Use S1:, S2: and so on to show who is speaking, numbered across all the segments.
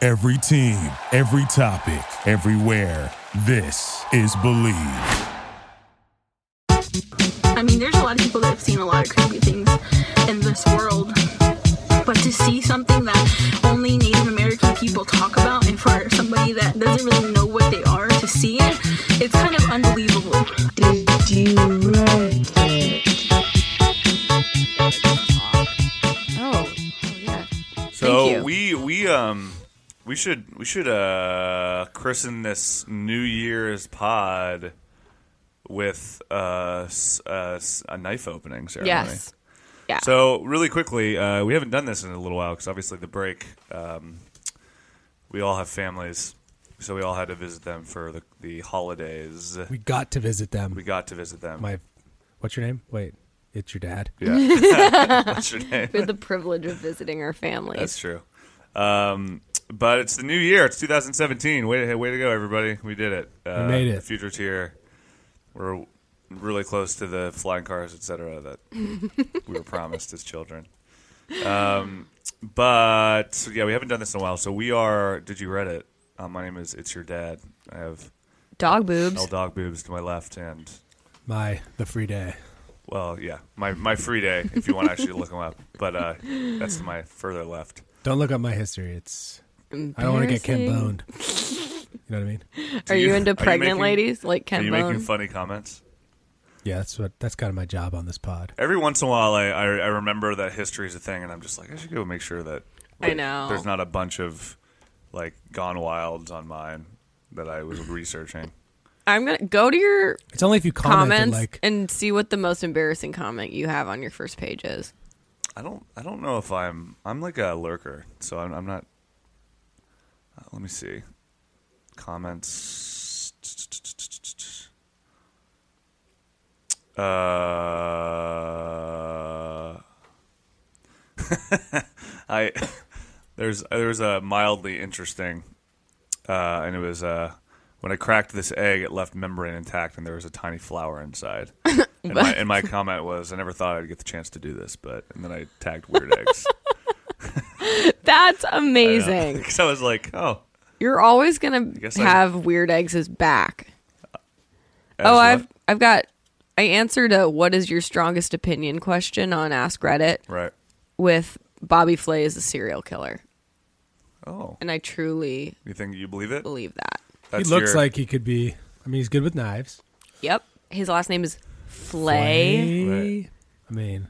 S1: Every team, every topic, everywhere. This is Believe.
S2: I mean, there's a lot of people that have seen a lot of crazy things in this world, but to see something that only Native American people talk about, and for somebody that doesn't really know what they are to see it, it's kind of unbelievable.
S3: Did you write
S4: Oh, oh, yeah.
S5: So
S4: Thank you.
S5: we we um we should we should uh christen this New Year's pod with uh, s- uh s- a knife opening ceremony.
S4: Yes. Yeah.
S5: So really quickly, uh, we haven't done this in a little while because obviously the break. Um, we all have families, so we all had to visit them for the the holidays.
S6: We got to visit them.
S5: We got to visit them.
S6: My, what's your name? Wait, it's your dad.
S5: yeah. What's your name?
S4: we had the privilege of visiting our families.
S5: That's true. Um, but it's the new year. It's 2017. Way, hey, way to go, everybody. We did it. Uh,
S6: made it.
S5: The future's here. We're really close to the flying cars, etc. that we were promised as children. Um, but yeah, we haven't done this in a while. So we are. Did you read it? Uh, my name is It's Your Dad. I have
S4: Dog
S5: L
S4: boobs.
S5: Dog Boobs to my left and
S6: My the free day.
S5: well, yeah, my my free day if you want to actually look them up. But uh, that's to my further left.
S6: Don't look up my history. It's I don't want to get Ken
S4: Embarrassing.
S6: boned. you know what I mean?
S4: Are you,
S5: you- are
S4: into
S5: you
S4: pregnant
S5: making-
S4: ladies like
S5: Are
S4: Ken
S5: you
S4: Bone?
S5: making funny comments?
S6: Yeah, that's what that's kind of my job on this pod.
S5: Every once in a while, I, I, I remember that history is a thing, and I'm just like, I should go make sure that
S4: I know.
S5: there's not a bunch of like gone wilds on mine that I was researching.
S4: I'm gonna go to your
S6: It's only if you comment and,
S4: comments
S6: like
S4: and see what the most embarrassing comment you have on your first page is.
S5: I don't I don't know if I'm I'm like a lurker, so I'm, I'm not. Uh, let me see, comments. Uh, I there's there was a mildly interesting, uh, and it was uh, when I cracked this egg, it left membrane intact, and there was a tiny flower inside. and, my, and my comment was, I never thought I'd get the chance to do this, but and then I tagged weird eggs
S4: That's amazing.
S5: because I was like, oh,
S4: You're always gonna
S5: guess I-
S4: have weird eggs' back.
S5: as
S4: Oh,
S5: lo-
S4: I've I've got. I answered a "What is your strongest opinion?" question on Ask Reddit
S5: right.
S4: with Bobby Flay is a serial killer,
S5: Oh,
S4: and I truly
S5: you think you believe it?
S4: believe that.
S6: he
S5: That's
S6: looks
S5: your-
S6: like he could be. I mean, he's good with knives.
S4: Yep, his last name is Flay.
S6: Flay. I mean,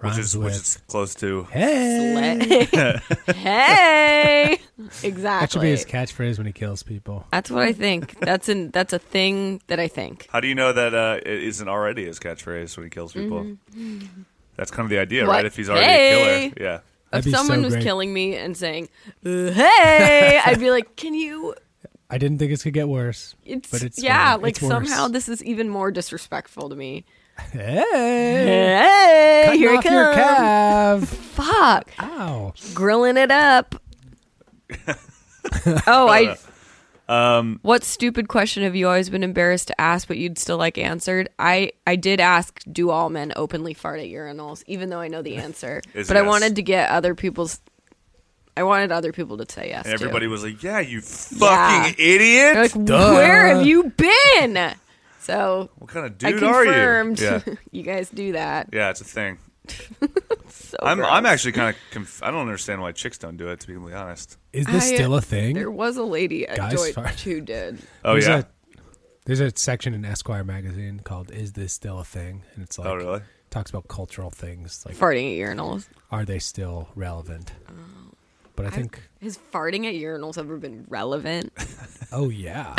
S5: which
S6: rhymes
S5: is
S6: with
S5: which is close to
S6: hey.
S4: Flay. hey, exactly.
S6: That should be his catchphrase when he kills people.
S4: That's what I think. That's an that's a thing that I think.
S5: How do you know that uh, it isn't already his catchphrase when he kills people? That's kind of the idea,
S4: Mm-hmm. What?
S5: right? If he's already
S4: Hey!
S5: a killer, yeah.
S4: If
S6: That'd be so
S4: someone was
S6: great.
S4: killing me and saying, "Uh, "Hey," I'd be like, "Can you?"
S6: I didn't think this could get worse.
S4: It's,
S6: but it's
S4: yeah,
S6: fine.
S4: like
S6: It's worse.
S4: somehow this is even more disrespectful to me.
S6: Hey,
S4: Hey,
S6: cutting
S4: here I
S6: off your
S4: come.
S6: calf.
S4: Fuck,
S6: Ow.
S4: grilling it up. oh, I.
S5: Uh,
S4: Um, what stupid question have you always been embarrassed to ask, but you'd still like answered? I I did ask, do all men openly fart at urinals? Even though I know the answer, but
S5: Is
S4: I
S5: yes.
S4: wanted to get other people's. I wanted other people to say yes.
S5: And everybody
S4: too.
S5: was like, "Yeah, you fucking idiot!
S4: They're like, where have you been? So
S5: what kind of
S4: I
S5: dude are you?"
S4: confirmed.
S5: Yeah,
S4: you guys do that.
S5: yeah, it's a thing.
S4: So
S5: I'm
S4: gross.
S5: I'm actually kind of conf- I don't understand why chicks don't do it. To be completely honest,
S6: Is this
S4: I- uh,
S6: still a thing?
S4: There was a lady at
S6: Guys
S4: Joy
S6: fart.
S4: who did.
S5: oh
S6: there's
S5: yeah,
S6: A, there's a section in Esquire magazine called "Is This Still a Thing?" and it's like
S5: oh really?
S6: talks about cultural things like
S4: Farting at urinals.
S6: are they still relevant?
S4: Oh,
S6: But I think
S4: Has farting at urinals ever been relevant?
S6: oh yeah,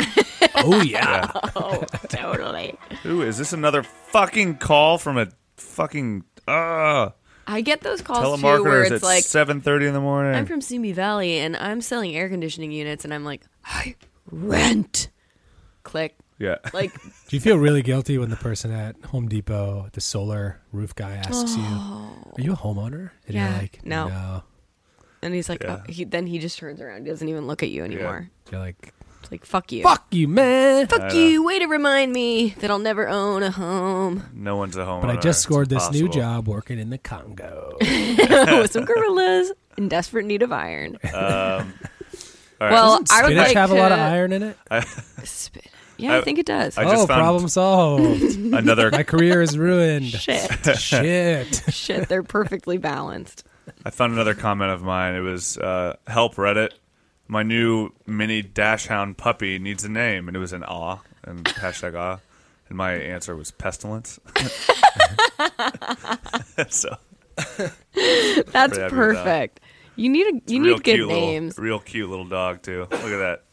S6: oh yeah.
S4: oh, totally.
S5: Ooh, is this another fucking call from a fucking uh,
S4: I get those calls too where
S5: telemarketer
S4: it's
S5: at
S4: like,
S5: seven thirty in the morning?
S4: I'm from Simi Valley and I'm selling air conditioning units, and I'm like, I rent. Click.
S5: yeah,
S4: Like,
S6: Do you feel really guilty when the person at Home Depot, the solar roof guy, asks you, "Are you a homeowner?" And
S4: Yeah,
S6: you're like,
S4: no.
S6: no."
S4: and he's like,
S5: Yeah.
S4: oh, he, then he just turns around. He doesn't even look at you anymore.
S6: You're like,
S4: It's like, fuck you.
S6: "Fuck you, man."
S4: Fuck you. Way to remind me that I'll never own a home
S5: no one's at home.
S6: But I just scored this new job working in the Congo.
S4: with some gorillas in desperate need of iron.
S5: All right.
S4: Well,
S6: Doesn't
S4: I would
S6: spinach
S4: like
S6: have
S4: to
S6: a lot of iron in it.
S4: Spin- yeah, I,
S5: I-
S4: think it does.
S5: I-
S6: oh,
S5: just found-
S6: problem solved.
S5: another.
S6: My career is ruined.
S4: shit,
S6: Shit.
S4: shit, they're perfectly balanced.
S5: I found another comment of mine. It was uh, help Reddit. My new mini dash hound puppy needs a name, and it was an aw and hashtag aw. And my answer was pestilence. so
S4: That's
S5: Pretty happy with that.
S4: perfect. You need a you
S5: real
S4: need good
S5: cute little-
S4: names.
S5: real cute little dog too. Look at that.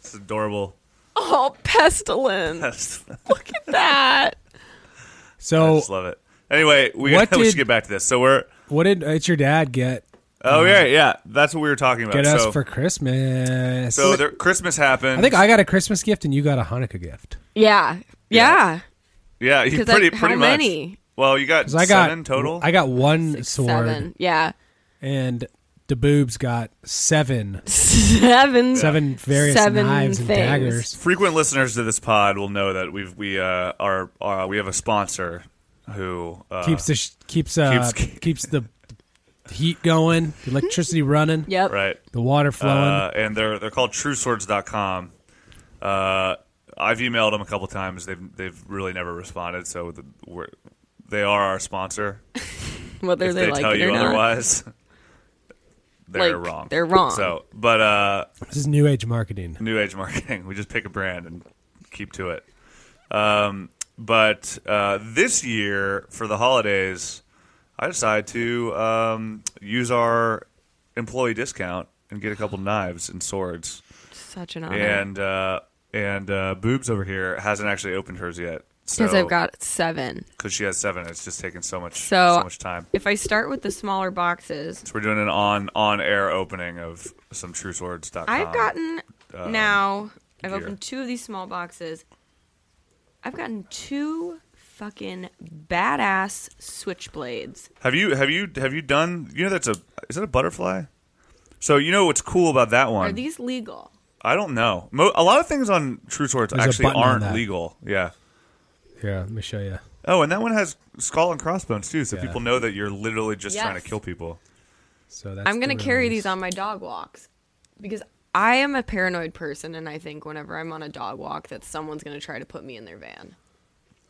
S5: It's adorable.
S4: Oh, pestilence!
S5: I
S4: Look at that.
S6: So,
S5: just love it. Anyway, we,
S6: What
S5: we
S6: did-
S5: should get back to this. So we're
S6: what did uh, it's your dad get?
S5: oh yeah yeah that's what we were talking about.
S6: Get us
S5: Uh, so
S6: for Christmas.
S5: so there, Christmas happened.
S6: I think I got a Christmas gift and you got a Hanukkah gift.
S4: Yeah, yeah.
S5: yeah you
S4: 'Cause,
S5: pretty
S4: like, how
S5: pretty much.
S4: many?
S5: Well, you got
S6: 'Cause I got
S5: seven total.
S6: I got one sword
S4: Seven. Yeah,
S6: and the boobs got seven,
S4: seven.
S6: seven various
S4: Seven
S6: knives and
S4: things.
S6: daggers.
S5: frequent listeners to this pod will know that we've we uh, are uh, we have a sponsor who uh,
S6: Keeps the sh- keeps uh,
S5: keeps-
S6: keeps, the heat going, the electricity running,
S4: Yep.
S5: right
S6: the water flowing.
S5: uh, and they're they're called trueswords.com. Uh, I've emailed them a couple times. They've they've really never responded. So the, we're, they are our sponsor.
S4: Whether
S5: if
S4: they,
S5: they,
S4: like
S5: tell
S4: it
S5: you
S4: or not.
S5: otherwise, they're
S4: Like,
S5: wrong.
S4: they're wrong.
S5: So, but uh,
S6: this is new age marketing.
S5: new age marketing. We just pick a brand and keep to it. Um, but uh, this year for the holidays, I decided to um, use our employee discount and get a couple knives and swords.
S4: Such an honor.
S5: And uh, and uh, boobs over here hasn't actually opened hers yet.
S4: because
S5: Because
S4: I've got seven.
S5: because she has seven. It's just taking so much
S4: So-
S5: so, much time.
S4: If I start with the smaller boxes,
S5: So we're doing an on on air opening of some trueswords.com.
S4: I've gotten
S5: um,
S4: now. I've
S5: gear.
S4: opened two of these small boxes. I've gotten two fucking badass switchblades.
S5: Have you have you have you done? You know that's a is that a butterfly? So you know what's cool about that
S4: Are
S5: one?
S4: these legal?
S5: I don't know. Mo- a lot of things on True Swords
S6: There's a
S5: actually
S6: button on
S5: aren't
S6: that.
S5: legal. Yeah.
S6: Here, let me show you.
S5: Oh, and that one has skull and crossbones too, so
S6: Yeah.
S5: people know that you're literally just
S4: Yes.
S5: trying to kill people.
S6: So that's
S4: I'm gonna
S6: the
S4: carry
S6: release.
S4: these on my dog walks because I am a paranoid person, and I think whenever I'm on a dog walk, that someone's gonna try to put me in their van.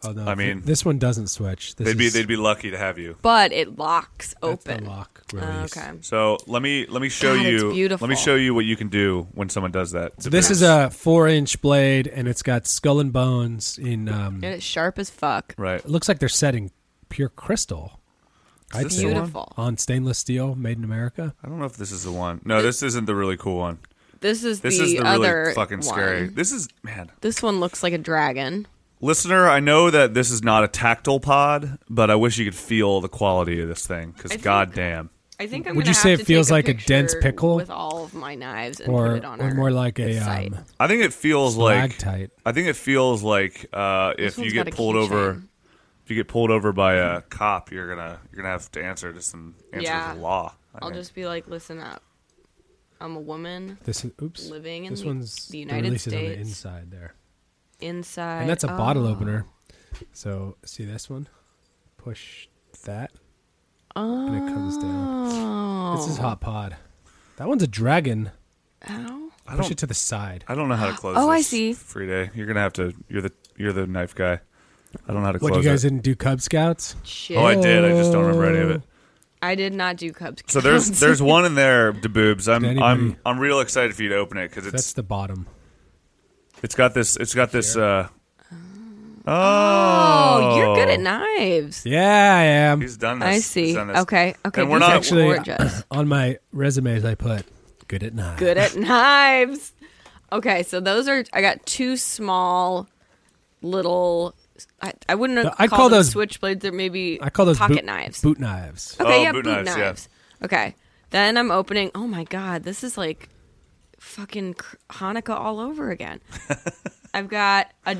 S6: Oh, no,
S5: I mean-
S6: this one doesn't switch. This
S5: They'd be
S6: is-
S5: they'd be lucky to have you.
S4: But it locks
S6: that's the
S4: open.
S6: lock
S4: Oh,
S6: release.
S4: okay.
S5: So let me let me show
S4: God, it's
S5: you.
S4: beautiful.
S5: Let me show you what you can do when someone does that. to
S6: This
S5: me.
S6: is a four-inch blade, and it's got skull and bones. In um,
S4: And
S6: it
S4: it's sharp as fuck.
S5: right.
S6: looks like they're setting pure crystal.
S5: Is this the one?
S4: Beautiful.
S6: on stainless steel, made in America.
S5: I don't know if this is the one. No, this isn't the really cool one.
S4: This is
S5: This
S4: the,
S5: is the
S4: other
S5: really fucking scary.
S4: one.
S5: This is man.
S4: This one looks like a dragon.
S5: Listener, I know that this is not a tactile pod, but I wish you could feel the quality of this thing because
S4: think-
S5: goddamn,
S4: I think I'm
S6: Would
S4: gonna
S6: you say
S4: have
S6: it
S4: to
S6: feels
S4: take
S6: like a dense
S4: picture
S6: pickle?
S4: with all of my knives and
S6: Or-
S4: put it on
S6: or
S4: our
S6: more like a,
S4: site.
S6: um,
S5: I think it feels like
S6: Stalactite.
S5: I think it feels like uh,
S4: This
S5: if you
S4: one's got
S5: get
S4: a
S5: pulled over,
S4: keychain.
S5: if you get pulled over by a cop, you're gonna you're gonna have to answer to some answer
S4: Yeah.
S5: to the law. I
S4: I'll
S5: think.
S4: just be like, listen up. I'm a woman
S6: This is oops.
S4: Living in
S6: this
S4: the-
S6: one's
S4: the United
S6: release is on the
S4: States.
S6: inside there,
S4: inside.
S6: and that's a bottle
S4: Oh.
S6: opener. So see this one, push that, and it comes down.
S4: Oh.
S6: This is hot pod. That one's a dragon.
S4: Ow.
S5: I
S6: push
S5: don't
S6: it to the side.
S5: I don't know how to close.
S4: Oh, I
S5: this,
S4: see.
S5: Free day. You're gonna have to. You're the you're the knife guy. I don't know how to
S6: What you
S5: close
S6: guys
S5: it.
S6: didn't do Cub Scouts?
S4: Shit.
S5: Oh, I did. I just don't remember any of it.
S4: I did not do Cubs.
S5: So there's there's one in there, the boobs. I'm
S6: Anybody-
S5: I'm I'm real excited for you to open it because it's
S6: That's the bottom.
S5: It's got this. It's got this. Uh,
S4: Oh,
S5: oh,
S4: you're good at knives.
S6: Yeah, I am.
S5: He's done this.
S4: I
S5: He's
S4: see.
S5: done this.
S4: Okay. Okay.
S5: And we're
S4: these
S5: not
S4: are
S6: Actually,
S4: gorgeous.
S6: on my resumes, I put good at nine.
S4: good at knives. Okay, so those are I got two small little. I, I wouldn't
S6: The-
S4: call,
S6: I call
S4: them
S6: those-
S4: switchblades. They're maybe
S6: I call those
S4: pocket
S6: boot,
S4: knives.
S6: Boot knives.
S4: okay,
S5: Oh,
S4: yeah, boot,
S5: boot
S4: knives.
S5: knives, yeah.
S4: Okay, then I'm opening. Oh my god, this is like fucking cr- Hanukkah all over again. I've got a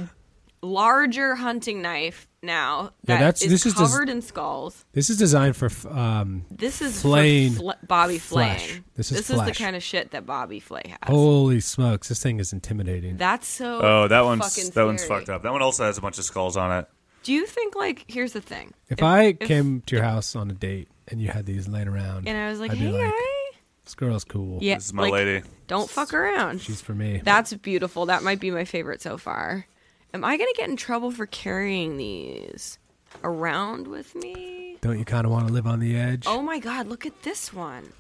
S4: larger hunting knife now that
S6: Yeah, that's-
S4: is
S6: this is just-
S4: covered in skulls.
S6: This is designed for f- um,
S4: This is for
S6: Flaying
S4: Fla- Bobby
S6: flesh.
S4: flaying.
S6: This is Oh.
S4: the
S6: flesh.
S4: kind of shit that Bobby Flay has.
S6: Holy smokes, this thing is intimidating.
S4: That's so.
S5: Oh, that one's that
S4: fucking
S5: one's
S4: scary.
S5: fucked up. That one also has a bunch of skulls on it.
S4: Do you think like here's the thing?
S6: if I came to your house on a date and you had these laying around,
S4: and I was like,
S6: I'd be
S4: "Hey, guy,
S6: This girl's cool.
S4: Yeah,
S5: This is my
S4: like,
S5: lady.
S4: Don't fuck around.
S6: She's for me.
S4: That's beautiful. That might be my favorite so far. Am I gonna get in trouble for carrying these around with me?
S6: Don't you kind of want to live on the edge?
S4: Oh my god, look at this one.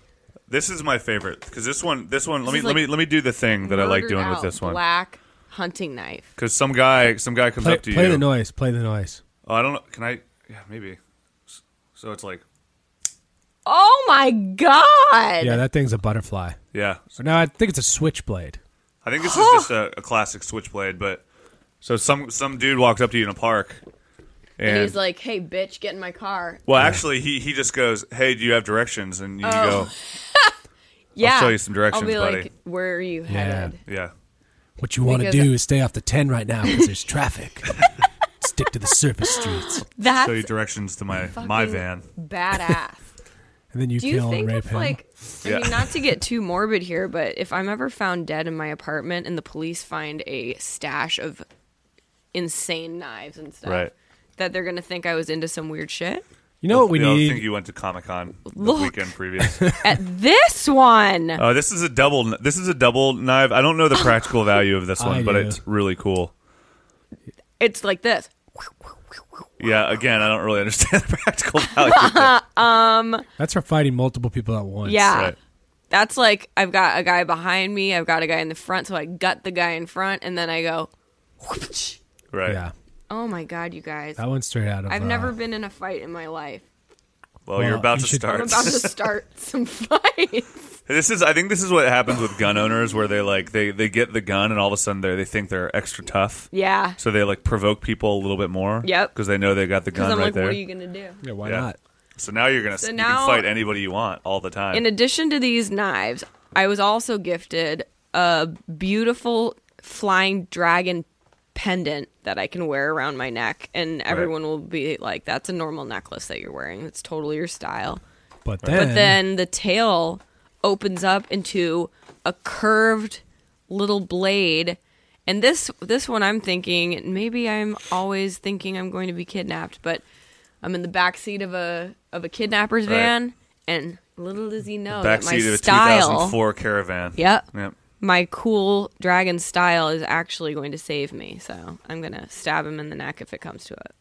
S5: This is my favorite because this one, this one.
S4: This
S5: let me
S4: is
S5: let me
S4: like
S5: let me do the thing that I like
S4: Murdered
S5: doing with
S4: out
S5: this one.
S4: Black hunting knife.
S5: Because some guy, some guy comes
S6: play
S5: up to
S6: play
S5: you.
S6: the noise. Play the noise.
S5: Oh, I don't know. Can I? Yeah, maybe. S- So it's like,
S4: Oh my god.
S6: Yeah, that thing's a butterfly.
S5: yeah.
S6: So now I think it's a switchblade.
S5: I think this is just a, a classic switchblade. But so some some dude walks up to you in a park, and,
S4: and he's like, "Hey, bitch, get in my car."
S5: well, actually, he he just goes, "Hey, do you have directions?" And you
S4: Oh.
S5: go,
S4: Yeah,
S5: show you some directions,
S4: I'll be
S5: buddy.
S4: like, "Where are you headed?"
S5: "Yeah."
S6: What you want to
S4: Because-
S6: do is stay off the 10 right now because there's traffic. Stick to the surface streets.
S4: That's
S5: Show you directions to my my van.
S4: badass.
S6: And then you
S4: Do
S6: kill
S4: you think
S6: and rape
S4: if
S6: him.
S4: like, I
S5: Yeah.
S4: mean, not to get too morbid here, but if I'm ever found dead in my apartment and the police find a stash of insane knives and stuff,
S5: Right.
S4: that they're gonna think I was into some weird shit?
S6: you know what we
S5: You know, I
S6: need?
S5: think you went to Comic Con the
S4: Look.
S5: weekend previous.
S4: At this one,
S5: Uh, this is a double. kn- This is a double knife. I don't know the practical value of this
S6: I
S5: one, but
S6: do.
S5: it's really cool.
S4: it's like this.
S5: Yeah. Again, I don't really understand the practical value. of it.
S6: That's for fighting multiple people at once.
S4: Yeah.
S5: Right.
S4: That's like I've got a guy behind me, I've got a guy in the front, so I gut the guy in front, and then I go, whoopsh.
S5: Right.
S6: Yeah.
S4: "Oh my god, you guys!
S6: That one's straight out of
S4: I've
S6: uh,
S4: never been in a fight in my life.
S5: Well,
S6: Well,
S5: you're about
S6: you
S5: to
S6: should-
S5: start.
S4: I'm about to start some fights.
S5: This is. I think this is what happens with gun owners, where they like they they get the gun, and all of a sudden they they think they're extra tough.
S4: Yeah,
S5: So they like provoke people a little bit more.
S4: Yep.
S5: Because they know they got the
S4: because
S5: gun
S4: I'm
S5: right
S4: like,
S5: there.
S4: what are you gonna do?
S6: Yeah, why
S5: Yeah.
S6: not?
S5: so now you're gonna
S4: So
S5: you
S4: now-
S5: can fight anybody you want all the time.
S4: In addition to these knives, I was also gifted a beautiful flying dragon pendant that I can wear around my neck, and everyone will be like, "That's a normal necklace that you're wearing. That's totally your style."
S6: But then,
S4: But then the tail opens up into a curved little blade. And this this one I'm thinking maybe I'm always thinking I'm going to be kidnapped, but I'm in the back seat of a of a kidnapper's
S5: Right.
S4: van and little does he know that my
S5: backseat of a
S4: style
S5: 2004 caravan.
S4: Yep.
S5: Yep.
S4: my cool dragon style is actually going to save me. So I'm going to stab him in the neck if it comes to it.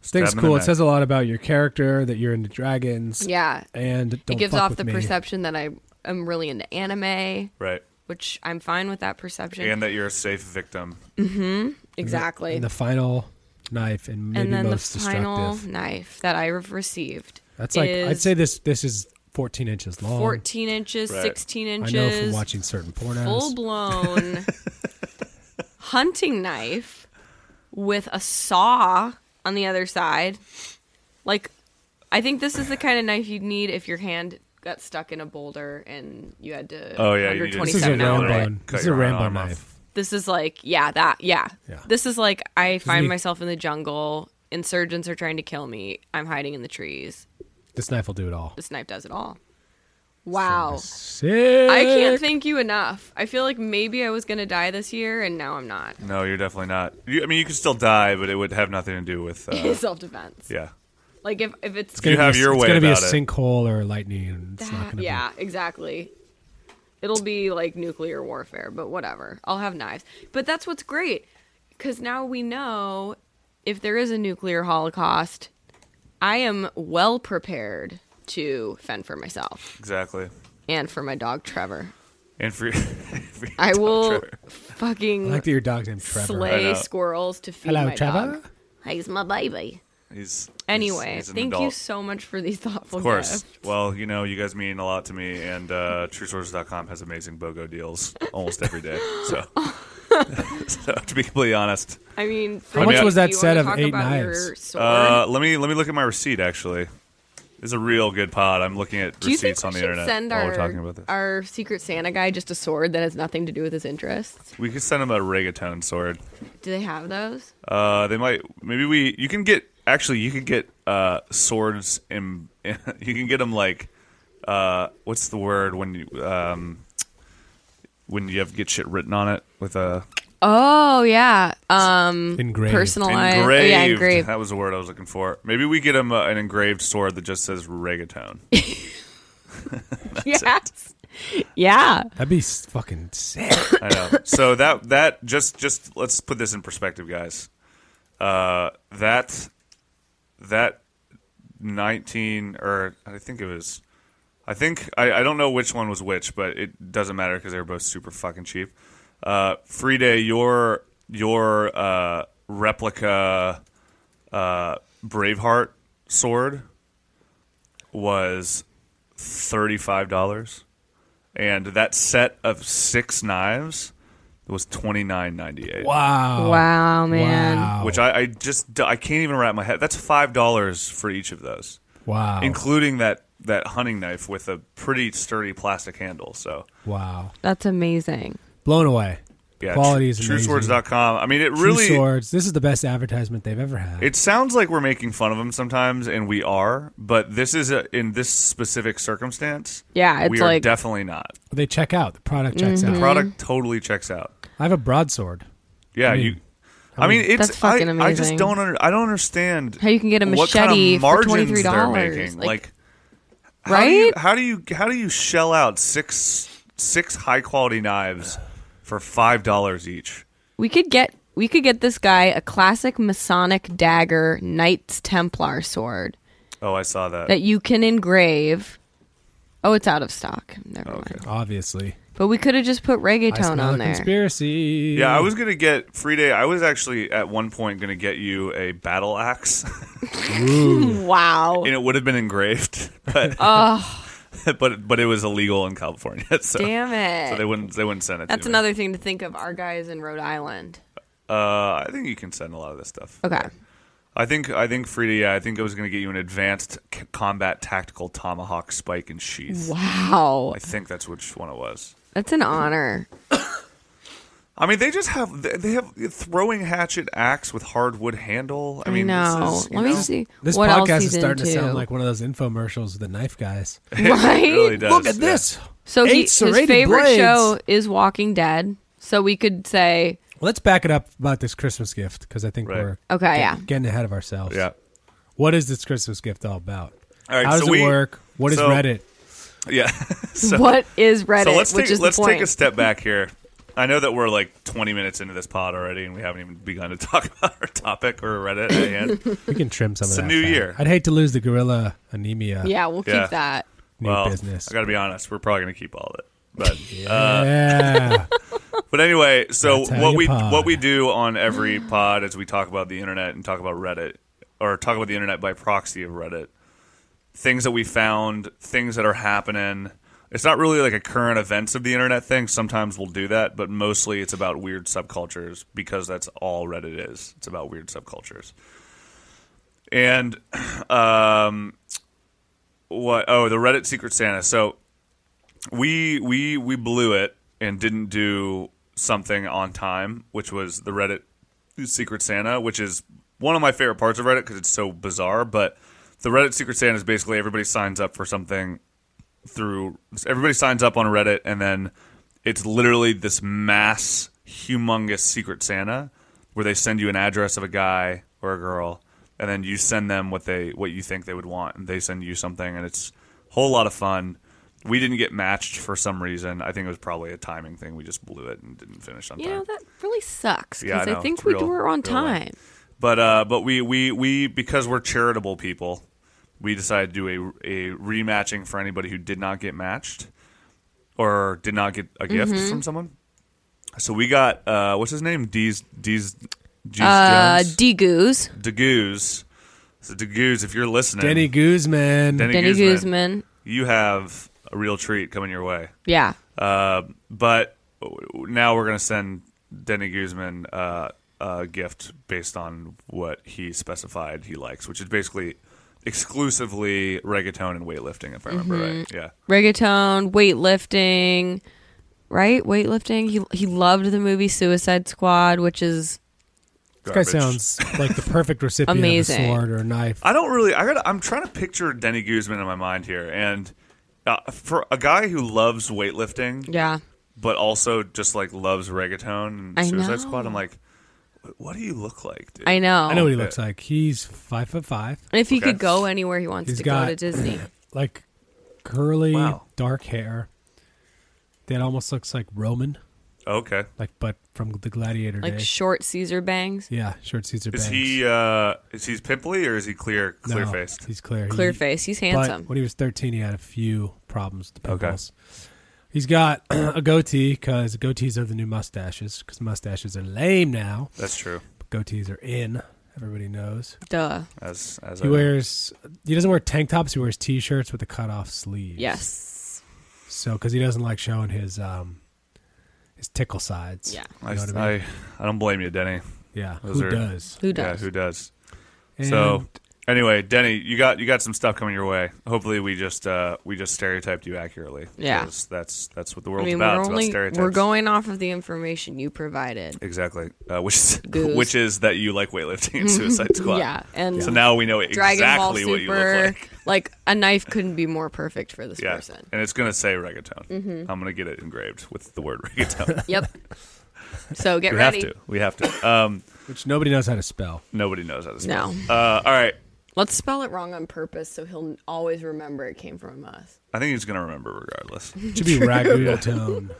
S6: this thing's
S5: Stab him in the
S6: cool. It
S5: neck.
S6: says a lot about your character that you're into dragons.
S4: Yeah.
S6: And don't
S4: it gives
S6: fuck
S4: off
S6: with
S4: the
S6: me.
S4: perception that I am really into anime.
S5: Right.
S4: which I'm fine with that perception.
S5: And that you're a safe victim.
S4: exactly.
S6: And the final knife and maybe
S4: And then the
S6: most
S4: final
S6: destructive.
S4: knife that I have received.
S6: That's like I'd
S4: is
S6: say this this is 14 inches long.
S4: 14 inches,
S5: Right.
S4: 16
S6: I
S4: inches.
S6: know from watching certain pornos.
S4: full blown hunting knife with a saw on the other side. Like, I think this is the kind of knife you'd need if your hand got stuck in a boulder and you had to.
S5: Oh yeah.
S4: under
S5: you need to-
S4: 27
S6: This is a
S4: hour.
S6: Rambo.
S5: Right.
S6: This
S5: Cut
S6: is a
S5: your
S6: Rambo
S5: arm off.
S6: knife.
S4: This is like, yeah, that, yeah.
S6: Yeah.
S4: This is like, I find
S6: me-
S4: myself in the jungle. Insurgents are trying to kill me. I'm hiding in the trees.
S6: This knife will do it all.
S4: This knife does it all. Wow.
S6: Sick.
S4: I can't thank you enough. I feel like maybe I was going to die this year, and now I'm not.
S5: No, you're definitely not. You, I mean, you could still die, but it would have nothing to do with. Uh,
S4: Self defense.
S5: yeah.
S4: Like, if, if it's.
S5: You
S6: gonna be
S5: have
S6: a-
S5: your
S6: it's
S5: way
S6: gonna be a
S5: about it.
S6: sinkhole or lightning. and It's not
S4: that-
S6: gonna
S4: yeah, exactly. It'll be like nuclear warfare, but whatever. I'll have knives. But that's what's great because now we know if there is a nuclear holocaust, I am well prepared to fend for myself
S5: Exactly.
S4: and for my dog Trevor.
S5: And for, for your
S4: I
S5: dog,
S4: will
S5: Trevor.
S6: be.
S4: fucking
S6: I like that your dog's named Trevor.
S5: I know.
S4: slay squirrels to feed
S6: Hello,
S4: my
S6: Trevor.
S4: dog. He's my baby.
S5: He's he's-
S4: Anyway,
S5: he's an
S4: thank you
S5: adult.
S4: so much for these thoughtful
S5: Of course.
S4: gifts.
S5: Well, you know, you guys mean a lot to me, and uh, TrueSources.com has amazing BOGO deals almost every day. So, so to be completely honest,
S4: I mean,
S6: How much
S4: Brittany,
S6: was that
S4: do you
S6: set
S4: wanna
S6: of
S4: talk
S6: eight
S4: about your
S6: knives?
S4: sword?
S5: uh, let me let me look at my receipt. Actually, this is a real good pod. I'm looking at
S4: Do you think
S5: receipts
S4: we
S5: on the
S4: should
S5: internet
S4: send
S5: while
S4: our,
S5: we're talking about this.
S4: our Secret Santa guy just a sword that has nothing to do with his interests?
S5: we could send them a reggaeton sword.
S4: Do they have those?
S5: Uh, they might. Maybe we. You can get. Actually, you can get uh, swords. In, you can get them like. Uh, what's the word when you um, when you have get shit written on it with a
S4: Oh yeah, um,
S6: Engraved.
S4: personalized. Oh,
S5: engraved.
S4: Yeah, engraved.
S5: That was the word I was looking for. Maybe we get him uh, an engraved sword that just says reggaeton.
S4: yes. Yeah.
S6: That'd be s- fucking sick.
S5: I know. So that that just just let's put this in perspective, guys. Uh, that that nineteen or I think it was. I think I, I don't know which one was which, but it doesn't matter because they were both super fucking cheap. Uh, Free Day, your your uh, replica uh, Braveheart sword was thirty five dollars and that set of six knives was twenty nine ninety eight. Oh,
S6: Wow.
S4: Wow, Oh, man.
S6: Wow.
S5: Which I, I just I can't even wrap my head. That's five dollars for each of those,
S6: wow.
S5: including that that hunting knife with a pretty sturdy plastic handle. So
S6: wow.
S4: That's amazing.
S6: Blown away.
S5: yeah,
S6: Quality is amazing.
S5: TrueSwords.com. I mean, it
S6: True
S5: really
S6: swords. This is the best advertisement they've ever had.
S5: It sounds like we're making fun of them sometimes, and we are. But this is a, in this specific circumstance.
S4: Yeah, it's
S5: we are
S4: like-
S5: definitely not.
S6: they check out. The product checks
S4: Mm-hmm.
S6: out.
S5: Product totally checks out.
S6: I have a broadsword.
S5: Yeah,
S6: mean,
S5: you. I mean, it's
S4: That's fucking
S5: I, I just
S4: amazing.
S5: don't under, I don't understand
S4: How you can get a
S5: what kind of
S4: machete for
S5: margins
S4: $23,
S5: they're making. Like,
S4: like,
S5: how do you-
S4: right?
S5: How do you how do you shell out six six high quality knives for five dollars each?
S4: We could get we could get this guy a classic Masonic dagger Knights Templar sword
S5: Oh, I saw that.
S4: that you can engrave. Oh, it's out of stock. Never mind.
S6: Obviously.
S4: But we could have just put
S6: I
S4: reggaeton
S6: smell
S4: on
S6: a
S4: there.
S6: conspiracy.
S5: yeah, I was gonna get free day. I was actually at one point gonna get you a battle axe,
S4: Wow.
S5: and it would have been engraved, but but but it was illegal in California. So,
S4: Damn it.
S5: so they wouldn't they wouldn't send it.
S4: That's
S5: to me.
S4: another thing to think of. Our guys in Rhode Island.
S5: Uh, I think you can send a lot of this stuff.
S4: Okay.
S5: I think I think Frida. Yeah, I think I was going to get you an advanced c- combat tactical tomahawk spike and sheath.
S4: Wow.
S5: I think that's which one it was.
S4: That's an honor.
S5: I mean, they just have they they have throwing hatchet axe with hardwood handle. I
S4: I,
S5: mean,
S4: know.
S5: This is, you
S4: Let me
S5: know,
S4: see
S6: This
S4: what
S6: podcast
S4: else he's
S6: is starting
S4: into.
S6: to sound like one of those infomercials with the knife guys.
S4: right?
S5: It really does.
S6: Look at
S5: yeah.
S6: this.
S4: So
S6: Eight
S4: he, his
S6: serrated
S4: favorite
S6: blades.
S4: show is Walking Dead. So we could say,
S6: Let's back it up about this Christmas gift because I think
S5: Right.
S6: we're
S4: Okay,
S6: get-
S4: yeah.
S6: getting ahead of ourselves.
S5: Yeah.
S6: What is this Christmas gift all about?
S5: All right,
S6: How does
S5: so
S6: it
S5: we-
S6: work? What is
S5: so-
S6: Reddit?
S5: Yeah. so,
S4: "What is Reddit?"
S5: so let's
S4: which
S5: take
S4: is
S5: let's
S4: the point.
S5: take a step back here. I know that we're like 20 minutes into this pod already, and we haven't even begun to talk about our topic or Reddit at hand.
S6: We can trim some
S5: It's
S6: of
S5: a
S6: that.
S5: new
S6: fat.
S5: year.
S6: I'd hate to lose the gorilla anemia
S4: yeah, we'll keep
S5: Yeah.
S4: that.
S6: new
S5: well,
S6: business.
S5: I got uh, to be honest, we're probably going to keep all of it. But
S6: yeah.
S5: But anyway, so
S6: That's how
S5: what
S6: you
S5: we
S6: pod.
S5: what we do on every pod is we talk about the internet and talk about Reddit or talk about the internet by proxy of Reddit. Things that we found, things that are happening. It's not really like a current events of the internet thing. Sometimes we'll do that, but mostly it's about weird subcultures because that's all Reddit is. It's about weird subcultures. And um what oh, the Reddit Secret Santa. So we we we blew it and didn't do something on time, which was the Reddit Secret Santa, which is one of my favorite parts of Reddit because it's so bizarre. But the Reddit Secret Santa is basically everybody signs up for something through everybody signs up on Reddit, and then it's literally this mass, humongous Secret Santa where they send you an address of a guy or a girl, and then you send them what they what you think they would want, and they send you something, and it's a whole lot of fun. We didn't get matched for some reason. I think it was probably a timing thing. We just blew it and didn't finish on
S4: You
S5: time.
S4: know that really sucks
S5: Yeah, I
S4: because I
S5: know.
S4: think
S5: It's
S4: we
S5: real-
S4: were on
S5: real life.
S4: time.
S5: But uh, but we, we we because we're charitable people, we decided to do a a rematching for anybody who did not get matched or did not get a gift from someone. So we got uh, what's his name? D's D's G's
S4: Uh,
S5: Jones?
S4: Degoos,
S5: Degoos. So Degoos, if you're listening,
S6: Denny Guzman.
S5: Denny
S4: Benny
S5: Guzman,
S4: Guzman.
S5: you have a real treat coming your way.
S4: Yeah,
S5: Uh, but now we're gonna send Denny Guzman uh, a gift based on what he specified he likes, which is basically exclusively reggaeton and weightlifting, if I remember
S4: Mm-hmm.
S5: right. Yeah,
S4: reggaeton, weightlifting, right? Weightlifting. He he loved the movie Suicide Squad, which is
S6: This guy
S5: Garbage.
S6: sounds like the perfect recipient
S4: Amazing.
S6: of a sword or a knife.
S5: I don't really. I got. to I'm trying to picture Denny Guzman in my mind here, and uh, for a guy who loves weightlifting,
S4: yeah.
S5: but also just like loves reggaeton and
S4: I
S5: Suicide
S4: know.
S5: Squad, I'm like, "Wh- what do you look like, dude?
S4: I know.
S6: I know what he looks like. He's five foot five.
S4: And if he
S5: Okay.
S4: could go anywhere he wants
S6: He's
S4: to
S6: got-
S4: go to Disney,
S6: Like curly,
S5: Wow.
S6: dark hair that almost looks like Roman,
S5: Okay.
S6: like but from the Gladiator
S4: Like
S6: days.
S4: short Caesar bangs.
S6: yeah, short Caesar.
S5: Is
S6: bangs.
S5: he uh is he pimply or is he clear
S6: No,
S5: clear faced?
S6: He's clear. He-
S4: Clear face. He's
S6: but
S4: handsome.
S6: when he was 13, he had a few problems with the
S5: Okay.
S6: pimples. He's got a goatee because goatees are the new mustaches because mustaches are lame now.
S5: That's true.
S6: But goatees are in. Everybody knows.
S4: Duh.
S5: As as
S6: He
S5: I
S6: wears. He doesn't wear tank tops. He wears t-shirts with a cut off sleeve.
S4: Yes.
S6: So because he doesn't like showing his um his tickle sides.
S4: Yeah.
S6: You know what
S5: I,
S6: I mean?
S5: I, I don't blame you, Denny.
S6: Yeah.
S5: those
S6: Who
S5: are-
S6: does?
S4: Who
S5: Yeah,
S4: does?
S5: who does?
S6: And
S5: So anyway, Denny, you got you got some stuff coming your way. Hopefully, we just uh, we just stereotyped you accurately.
S4: Yeah.
S5: 'Cause that's that's what the
S4: I
S5: world's
S4: mean,
S5: about.
S4: we're
S5: it's about
S4: only
S5: stereotypes.
S4: we're going off of the information you provided.
S5: exactly, uh, which is
S4: Goose.
S5: which is that you like weightlifting and Suicide Squad.
S4: Yeah, and
S5: So now we know
S4: Dragon
S5: exactly
S4: Ball
S5: what you
S4: Super.
S5: look like.
S4: like a knife couldn't be more perfect for this
S5: Yeah,
S4: person. Mm-hmm.
S5: and it's gonna say reggaeton. I'm gonna get it engraved with the word reggaeton.
S4: Yep. So get
S5: we have
S4: ready.
S5: to. We have to. Um,
S6: which nobody knows how to spell.
S5: nobody knows how to spell.
S4: No.
S5: Uh, all right.
S4: Let's spell it wrong on purpose so he'll always remember it came from us.
S5: I think he's gonna remember regardless.
S6: It should be ragu tone.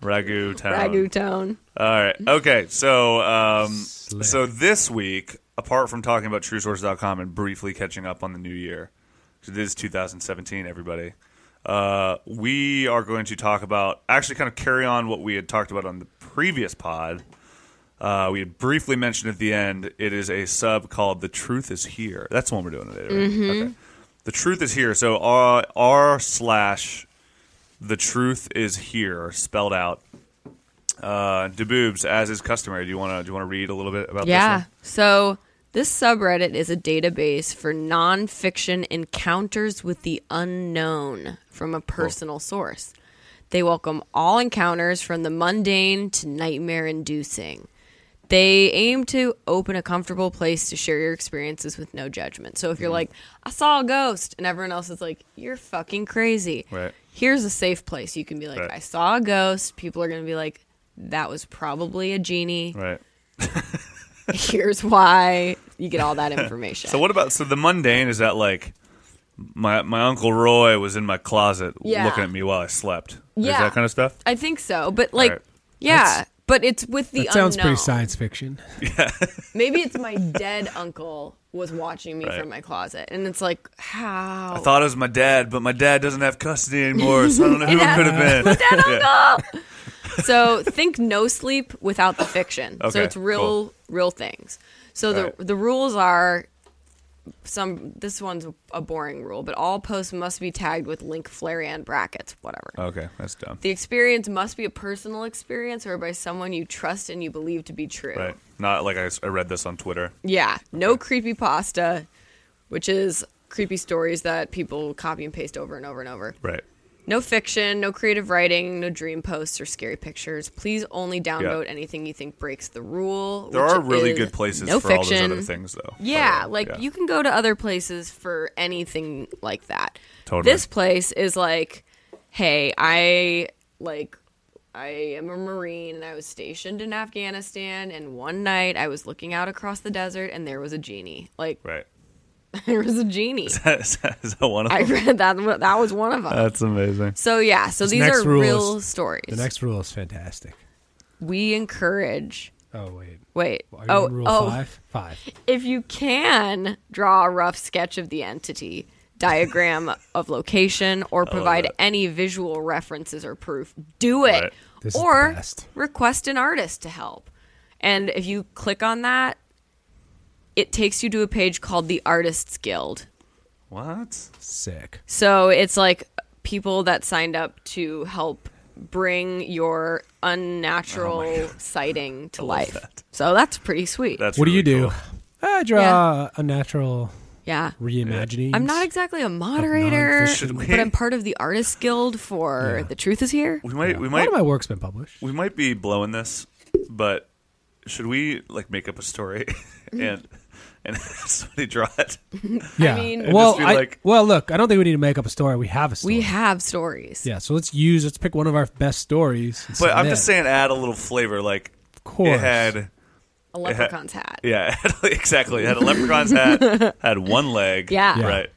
S5: Ragu town.
S4: Ragu tone.
S5: All right. Okay. So, um,
S6: Slick.
S5: so this week, apart from talking about TrueSource.com and briefly catching up on the new year, 'cause it is 2017, everybody, uh, we are going to talk about actually kind of carry on what we had talked about on the previous pod. Uh, we had briefly mentioned at the end, it is a sub called The Truth Is Here. That's the one we're doing today, right?
S4: Mm-hmm.
S5: Okay. The Truth Is Here. So, r, r slash The Truth Is Here, spelled out. Uh, DeBoobs, as is customary, do you want to do you want to read a little bit about
S4: Yeah.
S5: this
S4: So this subreddit is a database for nonfiction encounters with the unknown from a personal source. They welcome all encounters from the mundane to nightmare inducing. They aim to open a comfortable place to share your experiences with no judgment. So
S5: Hmm.
S4: if you're like, I saw a ghost, and everyone else is like, you're fucking crazy.
S5: Right.
S4: Here's a safe place. You can be like,
S5: Right.
S4: I saw a ghost. People are going to be like, that was probably a genie
S5: one? Right.
S4: here's why you get all that information.
S5: So what about so the mundane is that like my my uncle Roy was in my closet
S4: Yeah.
S5: looking at me while I slept. Is
S4: Yeah.
S5: that kind of stuff?
S4: I think so, but like,
S5: Alright.
S4: yeah, but it's with the
S6: That sounds
S4: unknown.
S6: pretty science fiction.
S4: Maybe it's my dead uncle was watching me
S5: Right.
S4: from my closet, and it's like how
S5: I thought it was my dad, but my dad doesn't have custody anymore, so I don't know who it could have been.
S4: dead uncle. so think no sleep without the fiction. so
S5: Okay,
S4: it's real,
S5: cool.
S4: real things. So the
S5: Alright.
S4: the rules are some. This one's a boring rule, but all posts must be tagged with link flare and brackets, whatever.
S5: Okay, that's dumb.
S4: The experience must be a personal experience or by someone you trust and you believe to be true.
S5: Right. Not like I, s- I read this on Twitter.
S4: Yeah. No creepy pasta, which is creepy stories that people copy and paste over and over and over.
S5: Right.
S4: No fiction, no creative writing, no dream posts or scary pictures. Please only downvote anything you think breaks the rule.
S5: There
S4: which
S5: are really
S4: is
S5: good places
S4: no
S5: for all those
S4: fiction.
S5: other things though.
S6: Oh,
S5: By
S4: Yeah,
S5: the way.
S4: like
S5: Yeah.
S4: you can go to other places for anything like that.
S5: Totally.
S4: This place is like, hey, I like I am a marine and I was stationed in Afghanistan and one night I was looking out across the desert and there was a genie. Like
S5: Right.
S4: there was a genie.
S5: is, that, is that one of
S4: I
S5: them?
S4: read that that was one of them.
S5: That's amazing.
S4: so yeah, so these
S6: Uh, next
S4: are
S6: rule
S4: real
S6: is-
S4: stories.
S6: The next rule is fantastic.
S4: we encourage
S6: Oh wait.
S4: Wait.
S6: Are you
S4: oh,
S6: on rule
S4: oh,
S6: five? Five.
S4: if you can draw a rough sketch of the entity, diagram of location, or provide
S5: that.
S4: any visual references or proof, do it.
S5: Right.
S6: This is the
S4: or
S6: best.
S4: request an artist to help. And if you click on that, it takes you to a page called the Artists Guild.
S5: What?
S6: Sick.
S4: So it's like people that signed up to help bring
S5: Oh
S4: your unnatural sighting to life.
S5: that.
S4: So that's pretty sweet.
S5: That's
S6: what do you
S5: really
S6: do?
S5: cool.
S6: I draw
S4: Yeah.
S6: a natural
S4: yeah.
S6: reimagining.
S4: I'm not exactly a moderator,
S6: nonfiction.
S4: but I'm part of the artist guild for The Truth Is Here.
S5: We might we
S6: One
S5: might
S6: of my work's been published.
S5: we might be blowing this, but should we like make up a story and and have somebody draw it?
S6: Yeah.
S4: mean- It'd
S6: well,
S5: just be
S6: I-
S5: like-
S6: well, look. I don't think we need to make up a story. We have a story.
S4: We have stories.
S6: Yeah. So let's use. Let's pick one of our best stories. and
S5: But I'm just
S6: submit.
S5: saying, add a little flavor. Like
S6: Of course.
S5: it had,
S4: A leprechaun's hat.
S5: yeah, exactly. It had a leprechaun's hat, had one leg,
S4: Yeah.
S6: Yeah.
S5: right.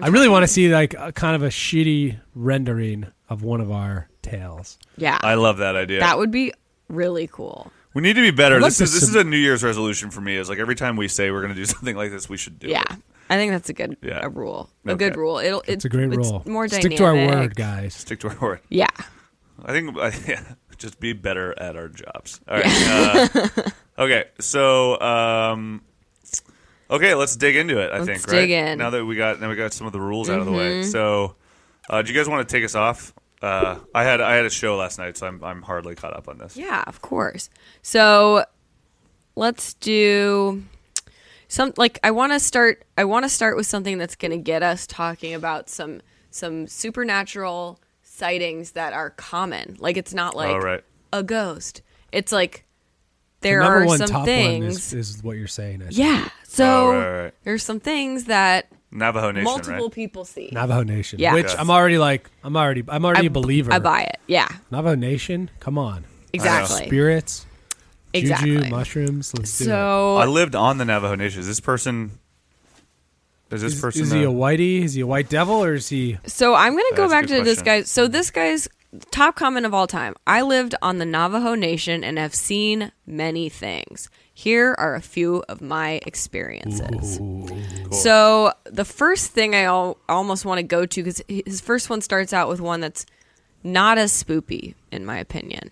S6: I really want to see like a kind of a shitty rendering of one of our tales.
S4: Yeah.
S5: I love that idea.
S4: that would be really cool.
S5: we need to be better.
S6: I'd like
S5: This
S6: to
S5: is this
S6: sub-
S5: is a New Year's resolution for me. Is like every time we say we're going to do something like this, we should do.
S4: Yeah.
S5: it.
S4: I think that's a good
S5: Yeah.
S4: a rule. A
S5: Okay.
S4: good rule. It'll
S6: It's a great role.
S4: more
S6: Stick
S4: dynamic.
S6: to our word, guys.
S5: Stick to our word.
S4: Yeah.
S5: I think I, yeah, just be better at our jobs. All right. uh, okay. So um, okay, let's dig into it. I
S4: Let's
S5: think
S4: dig
S5: right?
S4: in. Mm-hmm.
S5: now that we got now we got some of the rules out of the way. So uh, do you guys want to take us off? Uh, I had I had a show last night, so I'm I'm hardly caught up on this.
S4: Yeah, of course. So let's do some like I want to start I want to start with something that's going to get us talking about some some supernatural sightings that are common. Like it's not like
S5: All right.
S4: a ghost. It's like
S6: The
S4: there
S6: number
S4: are
S6: one
S4: some
S6: top
S4: things.
S6: one is, is what you're saying. I think.
S4: Yeah. So
S5: Oh, right, right.
S4: there's some things that
S5: Navajo Nation,
S4: multiple
S5: right?
S4: people see.
S6: Navajo Nation.
S4: Yeah.
S6: Which
S5: Yes.
S6: I'm already like I'm already I'm already a believer.
S4: I buy it. Yeah.
S6: Navajo Nation, come on.
S4: Exactly.
S6: Spirits,
S4: Exactly.
S6: juju, mushrooms, let's do it.
S4: so
S5: I lived on the Navajo Nation. Is this person? Is this
S6: Is,
S5: person?
S6: is he
S5: a-
S6: a whitey? Is he a white devil or is he
S4: So I'm going to go
S5: That's a
S4: back
S5: good
S4: to this
S5: question.
S4: guy. So this guy's top comment of all time. I lived on the Navajo Nation and have seen many things. Here are a few of my experiences. So the first thing I al- almost want to go to because his first one starts out with one that's not as spoopy, in my opinion.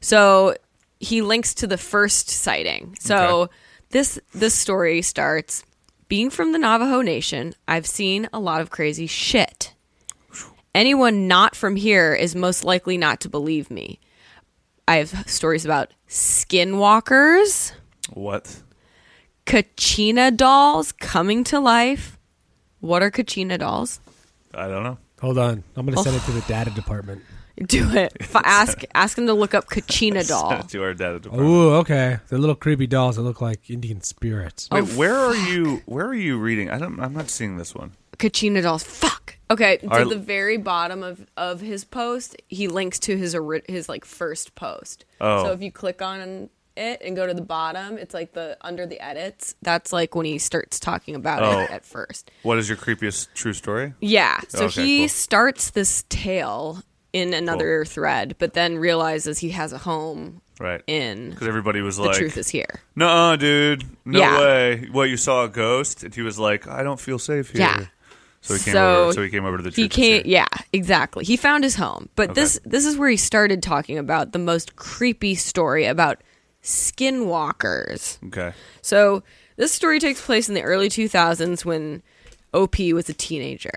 S4: So he links to the first sighting. So
S5: Okay.
S4: this this story starts being from the Navajo Nation, I've seen a lot of crazy shit. Anyone not from here is most likely not to believe me. I have stories about skinwalkers,
S5: what?
S4: Kachina dolls coming to life. What are Kachina dolls?
S5: I don't know.
S6: Hold on. I'm gonna send it
S4: Oh.
S6: to the data department.
S4: Do it. F- ask ask him to look up Kachina doll.
S5: To our data department.
S6: Ooh, okay. They're little creepy dolls that look like Indian spirits.
S4: Oh.
S5: Wait, where are you? Where are you reading? I don't. I'm not seeing this one.
S4: Kachina dolls. Fuck. Okay, to
S5: Are-
S4: the very bottom of of his post, he links to his ori- his like first post.
S5: Oh.
S4: So if you click on it and go to the bottom, it's like the under the edits. That's like when he starts talking about it
S5: Oh.
S4: at first.
S5: What is your creepiest true story?
S4: Yeah. So
S5: Okay,
S4: he
S5: cool.
S4: starts this tale in another thread, but then realizes he has a home
S5: Right.
S4: in
S5: Because everybody was
S4: the
S5: like,
S4: truth is here.
S5: "No, dude, no
S4: Yeah.
S5: way." What you saw a ghost, and he was like, "I don't feel safe here."
S4: Yeah.
S5: So he came
S4: So
S5: over. So he came over to the truth.
S4: he
S5: is
S4: can't
S5: Here.
S4: yeah exactly he found his home but this this is where he started talking about the most creepy story about skinwalkers
S5: Okay.
S4: so this story takes place in the early 2000s when op was a teenager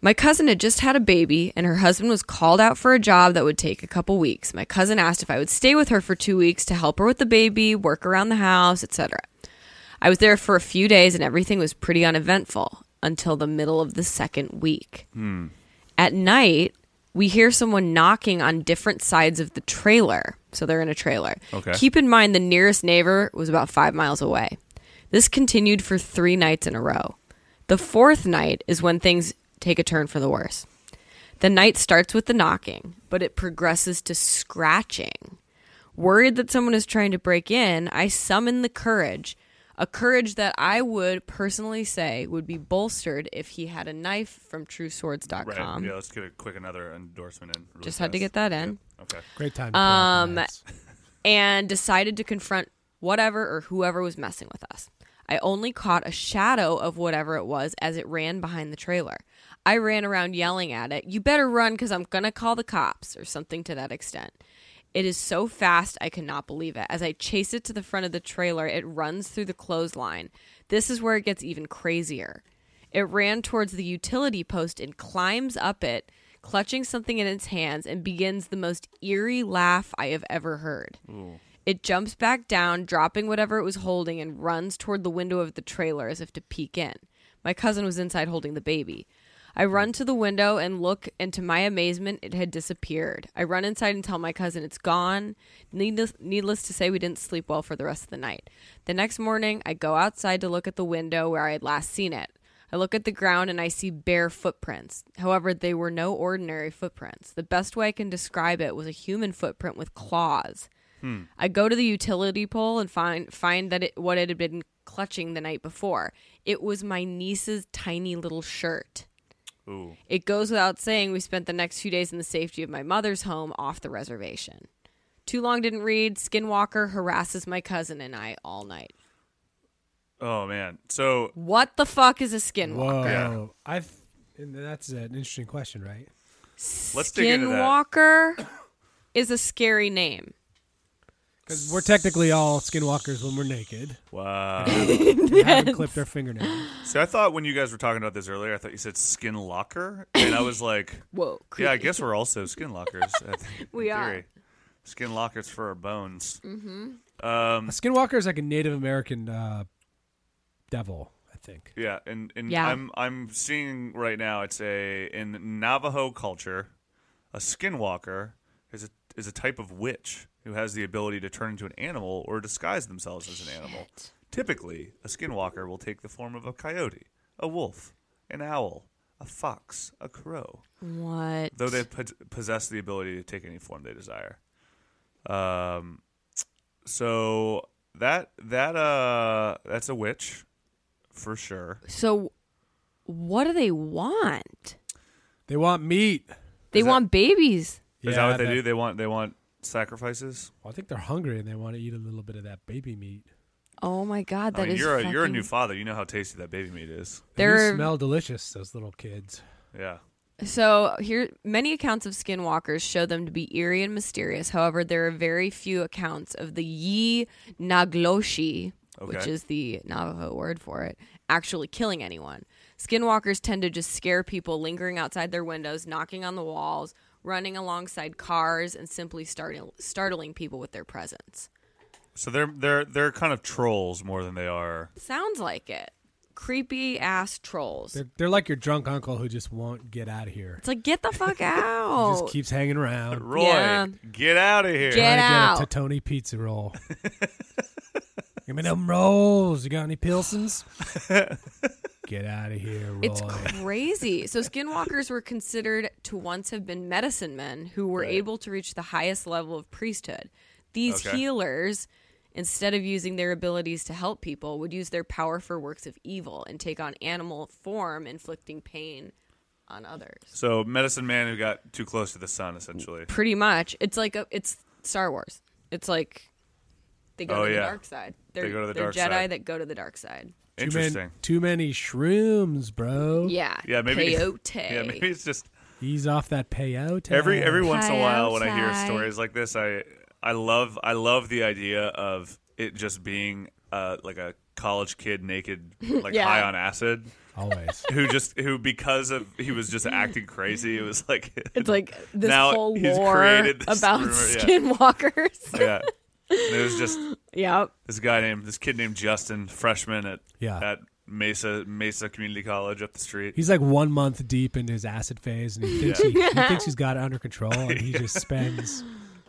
S4: my cousin had just had a baby and her husband was called out for a job that would take a couple weeks my cousin asked if i would stay with her for two weeks to help her with the baby work around the house etc i was there for a few days and everything was pretty uneventful until the middle of the second week at night, we hear someone knocking on different sides of the trailer. So they're in a trailer.
S5: Okay.
S4: Keep in mind the nearest neighbor was about five miles away. This continued for three nights in a row. The fourth night is when things take a turn for the worse. The night starts with the knocking, but it progresses to scratching. Worried that someone is trying to break in, I summon the courage, a courage that I would personally say would be bolstered if he had a knife from trueswords.com.
S5: Right. Yeah. Let's get a quick another endorsement in. really
S4: Um, Just had to
S5: fast.
S4: get that in.
S5: Okay.
S6: Great time. to pull out the
S4: Um,
S6: ads.
S4: and decided to confront whatever or whoever was messing with us. I only caught a shadow of whatever it was as it ran behind the trailer. I ran around yelling at it, You better run because I'm going to call the cops, or something to that extent. It is so fast, I cannot believe it. As I chase it to the front of the trailer, it runs through the clothesline. This is where it gets even crazier. It ran towards the utility post and climbs up it, clutching something in its hands, and begins the most eerie laugh I have ever heard. It jumps back down, dropping whatever it was holding, and runs toward the window of the trailer as if to peek in. My cousin was inside holding the baby. I run to the window and look, and to my amazement, it had disappeared. I run inside and tell my cousin it's gone. Needless, needless to say, we didn't sleep well for the rest of the night. The next morning, I go outside to look at the window where I had last seen it. I look at the ground and I see bare footprints. However, they were no ordinary footprints. The best way I can describe it was a human footprint with claws. I go to the utility pole and find find that it, what it had been clutching the night before. It was my niece's tiny little shirt.
S5: Ooh.
S4: It goes without saying we spent the next few days in the safety of my mother's home off the reservation. Too long didn't read. Skinwalker harasses my cousin and I all night.
S5: Oh man. So
S4: What the fuck is a skinwalker?
S6: Whoa.
S5: Yeah.
S6: I've. And that's an interesting question, right?
S5: let's dig into that.
S4: Skinwalker is a scary name.
S6: Because we're technically all skinwalkers when we're naked.
S5: Wow.
S6: We haven't clipped our fingernails.
S5: so I thought when you guys were talking about this earlier, I thought you said skin locker, and I was like,
S4: Whoa. Creepy.
S5: yeah, I guess we're also skin lockers. I think,
S4: We
S5: in
S4: are. Mm-hmm.
S5: theory. skin lockers for our bones.
S6: A skinwalker is like a Native American uh, devil, I think.
S5: Yeah, and, and
S4: Yeah.
S5: I'm I'm seeing right now it's a in Navajo culture, a skinwalker is a is a type of witch who has the ability to turn into an animal or disguise themselves as an animal. Typically, a skinwalker will take the form of a coyote, a wolf, an owl, a fox, a crow,
S4: What?
S5: though they po- possess the ability to take any form they desire. Um, so that that uh that's a witch for sure.
S4: so, what do they want?
S6: They want meat.
S4: They
S5: Is that-
S4: want babies.
S5: Is that what they
S6: that-
S5: do? They want they want sacrifices.
S6: Well, I think they're hungry and they want to eat a little bit of that baby meat.
S4: Oh my god,
S5: I
S4: that
S5: mean,
S4: is
S5: you're a you're a
S4: fucking-
S5: new father. You know how tasty that baby meat is.
S6: They
S4: They're-
S6: smell delicious, those little kids.
S5: Yeah.
S4: So here, many accounts of skinwalkers show them to be eerie and mysterious. However, there are very few accounts of the Yi Nagloshi, which
S5: Okay.
S4: is the Navajo word for it, actually killing anyone. Skinwalkers tend to just scare people lingering outside their windows, knocking on the walls, running alongside cars, and simply startling, startling people with their presence.
S5: So they're they're they're kind of trolls more than they are.
S4: Sounds like it. Creepy ass trolls.
S6: They're, they're like your drunk uncle who just won't get out of here.
S4: it's like get the fuck
S6: He
S4: out.
S6: just keeps hanging around.
S5: Roy,
S4: Yeah.
S5: get out of here.
S4: Get
S6: trying
S4: out.
S6: to get a Tony pizza roll. Give me them rolls. You got any Pilsons? get out of here, Roy.
S4: It's crazy. So skinwalkers were considered to once have been medicine men who were able to reach the highest level of priesthood. These
S5: Okay.
S4: healers, instead of using their abilities to help people, would use their power for works of evil and take on animal form, inflicting pain on others.
S5: So medicine man who got too close to the sun, essentially.
S4: Pretty much, it's like a, it's Star Wars. It's like they go
S5: Oh,
S4: to the
S5: yeah.
S4: dark side. They're,
S5: go to the
S4: they're
S5: dark
S4: Jedi
S5: side.
S4: that go to the dark side.
S6: Too many,
S5: Interesting.
S6: too many shrooms, bro.
S4: Yeah.
S5: Yeah, maybe.
S4: Peyote.
S5: Yeah, maybe it's just
S6: He's off that peyote.
S5: every every once in a while when I hear
S4: Coyote.
S5: stories like this, I I love I love the idea of it just being uh like a college kid naked like
S4: Yeah.
S5: high on acid
S6: always.
S5: who just who because of he was just acting crazy. It was like
S4: It's like this
S5: Now
S4: whole
S5: he's
S4: lore
S5: created this
S4: about
S5: rumor, yeah.
S4: skinwalkers.
S5: yeah. It was just
S4: yep.
S5: this guy named this kid named Justin, freshman at
S6: Yeah.
S5: at Mesa Mesa Community College up the street.
S6: He's like one month deep into his acid phase, and he thinks he, he thinks he's got it under control, and he just spends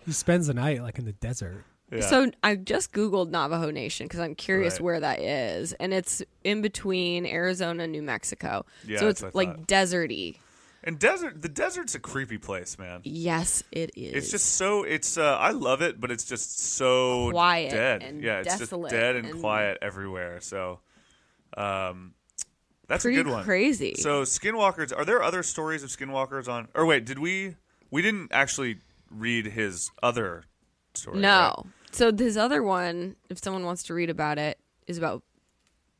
S6: he spends the night like in the desert.
S5: Yeah.
S4: So I just Googled Navajo Nation because I'm curious
S5: Right.
S4: where that is. And it's in between Arizona and New Mexico.
S5: Yeah,
S4: so
S5: that's
S4: it's
S5: what I
S4: like
S5: thought.
S4: deserty.
S5: and desert the desert's a creepy place, man.
S4: Yes, it is.
S5: It's just so it's uh, I love it, but it's just so
S4: Quiet
S5: dead.
S4: and
S5: yeah, it's
S4: desolate
S5: just dead and,
S4: and-
S5: quiet everywhere. So um that's
S4: Pretty
S5: a good one.
S4: crazy.
S5: So skinwalkers, are there other stories of skinwalkers on or wait, did we we didn't actually read his other story.
S4: no.
S5: right?
S4: So this other one, if someone wants to read about it, is about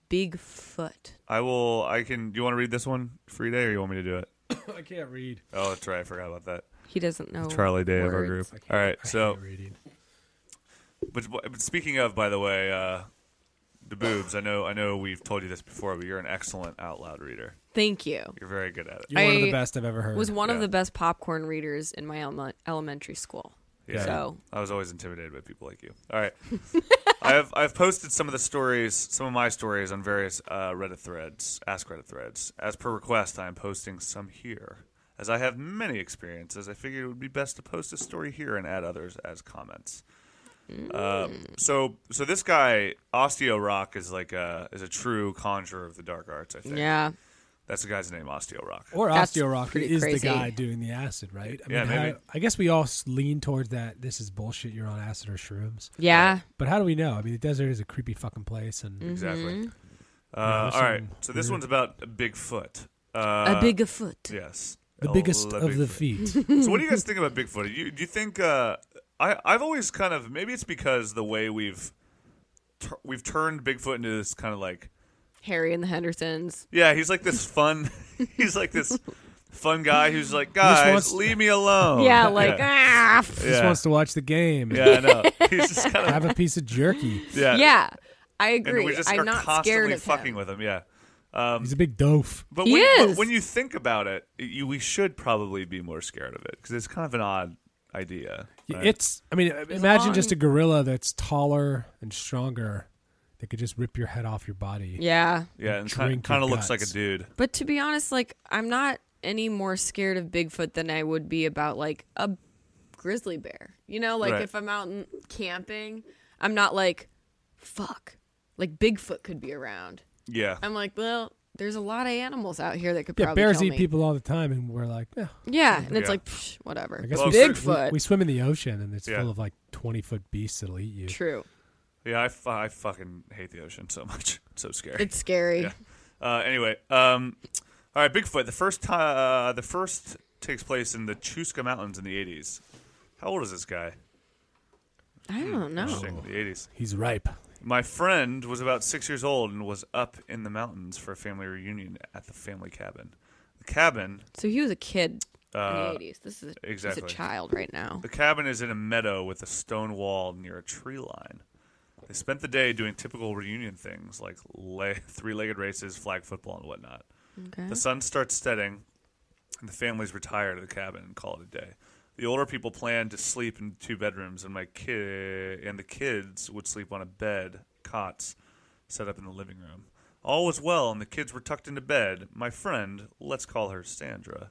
S4: Bigfoot.
S5: I will I can do you want to read this one free day or you want me to do it?
S6: I can't read.
S5: Oh, that's right. I forgot about that.
S4: He doesn't know.
S5: Charlie Day of our group.
S4: words.
S5: All right. So,
S6: reading.
S5: but, but speaking of, by the way, uh, the boobs. I know. I know. We've told you this before, but you're an excellent out loud reader.
S4: Thank you.
S5: You're very good at it.
S6: You're one of
S4: I
S6: the best I've ever heard.
S4: Was one
S5: Yeah.
S4: of the best popcorn readers in my ele- elementary school.
S5: Yeah.
S4: So
S5: I was always intimidated by people like you. All right. I've I've posted some of the stories, some of my stories on various uh, Reddit threads, Ask Reddit threads. As per request, I am posting some here. As I have many experiences, I figured it would be best to post a story here and add others as comments. Um,
S4: Mm.
S5: so so this guy Osteo Rock is like a is a true conjurer of the dark arts. I think.
S4: yeah, Mm-hmm.
S5: That's the guy's name, Osteo Rock.
S6: Or
S7: That's
S6: Osteo Rock
S7: pretty
S6: is
S7: crazy.
S6: the guy doing the acid, right? I
S5: Yeah,
S6: mean, how-
S5: maybe.
S6: I guess we all s- lean towards that. This is bullshit. You're on acid or shrooms.
S7: Yeah.
S6: But how do we know? I mean, the desert is a creepy fucking place, and
S7: Mm.
S5: Exactly.
S6: Yeah,
S5: Uh,
S6: there's
S5: all right.
S6: something
S5: So this
S6: weird.
S5: one's about Bigfoot. Uh,
S4: a big foot.
S5: Yes.
S6: the
S5: El-
S6: biggest
S5: la
S6: of the
S5: Bigfoot.
S6: feet.
S5: So what do you guys think about Bigfoot? You, do you think uh, I? I've always kind of maybe it's because the way we've tur we've turned Bigfoot into this kind of like
S4: Harry and the Hendersons.
S5: yeah he's like this fun he's like this fun guy who's like guys
S6: wants-
S5: leave me alone
S4: yeah, like
S5: Oh, yeah,
S4: ah. f-
S6: Just
S5: Yeah.
S6: wants to watch the game. and
S5: Yeah, I know he's just kind of
S6: Have a piece of jerky.
S5: yeah
S4: Yeah, I
S5: and
S4: agree.
S5: we just are
S4: I'm not
S5: constantly
S4: scared of
S5: fucking
S4: him.
S5: with him yeah Um,
S6: He's a big doof.
S5: but
S4: He
S5: when,
S4: is.
S5: but when you think about it you we should probably be more scared of it because it's kind of an odd idea right?
S6: It's. I mean, uh, imagine
S4: long.
S6: just a gorilla that's taller and stronger. that could just rip your head off your body.
S4: Yeah,
S5: yeah and kind
S6: drink your
S5: of looks like a
S6: guts.
S5: dude
S4: but to be honest, like I'm not any more scared of Bigfoot than I would be about like a grizzly bear. You know, like
S5: Right.
S4: if I'm out in- camping, I'm not like fuck. Like Bigfoot could be around.
S5: yeah
S4: I'm like, well, there's a lot of animals out here that could
S6: Yeah,
S4: probably
S6: bears
S4: kill
S6: eat
S4: me.
S6: people all the time, and we're like, yeah,
S4: Yeah, and it's
S5: Yeah.
S4: like psh, whatever.
S6: I guess
S5: Well,
S6: we,
S5: we-
S4: Bigfoot.
S6: we swim in the ocean, and it's
S5: Yeah.
S6: full of like twenty foot beasts that'll eat you.
S4: True.
S5: Yeah, I, fu- I fucking hate the ocean so much. It's so scary.
S4: It's scary.
S5: yeah. Uh, anyway, um, all right, Bigfoot. The first ti- uh, the first takes place in the Chuska Mountains in the eighties. How old is this guy?
S4: I don't know.
S5: Hmm. Interesting. The eighties.
S6: He's ripe.
S5: My friend was about six years old and was up in the mountains for a family reunion at the family cabin. The cabin,
S4: So he was a kid in
S5: Uh,
S4: the eighties. This is a,
S5: exactly.
S4: he's a child right now.
S5: the cabin is in a meadow with a stone wall near a tree line. They spent the day doing typical reunion things like le- three-legged races, flag football, and whatnot.
S4: Okay.
S5: The sun starts setting, and the families retire to the cabin and call it a day. The older people planned to sleep in two bedrooms, and my kid and the kids would sleep on a bed, cots, set up in the living room. All was well, and the kids were tucked into bed. My friend, let's call her Sandra,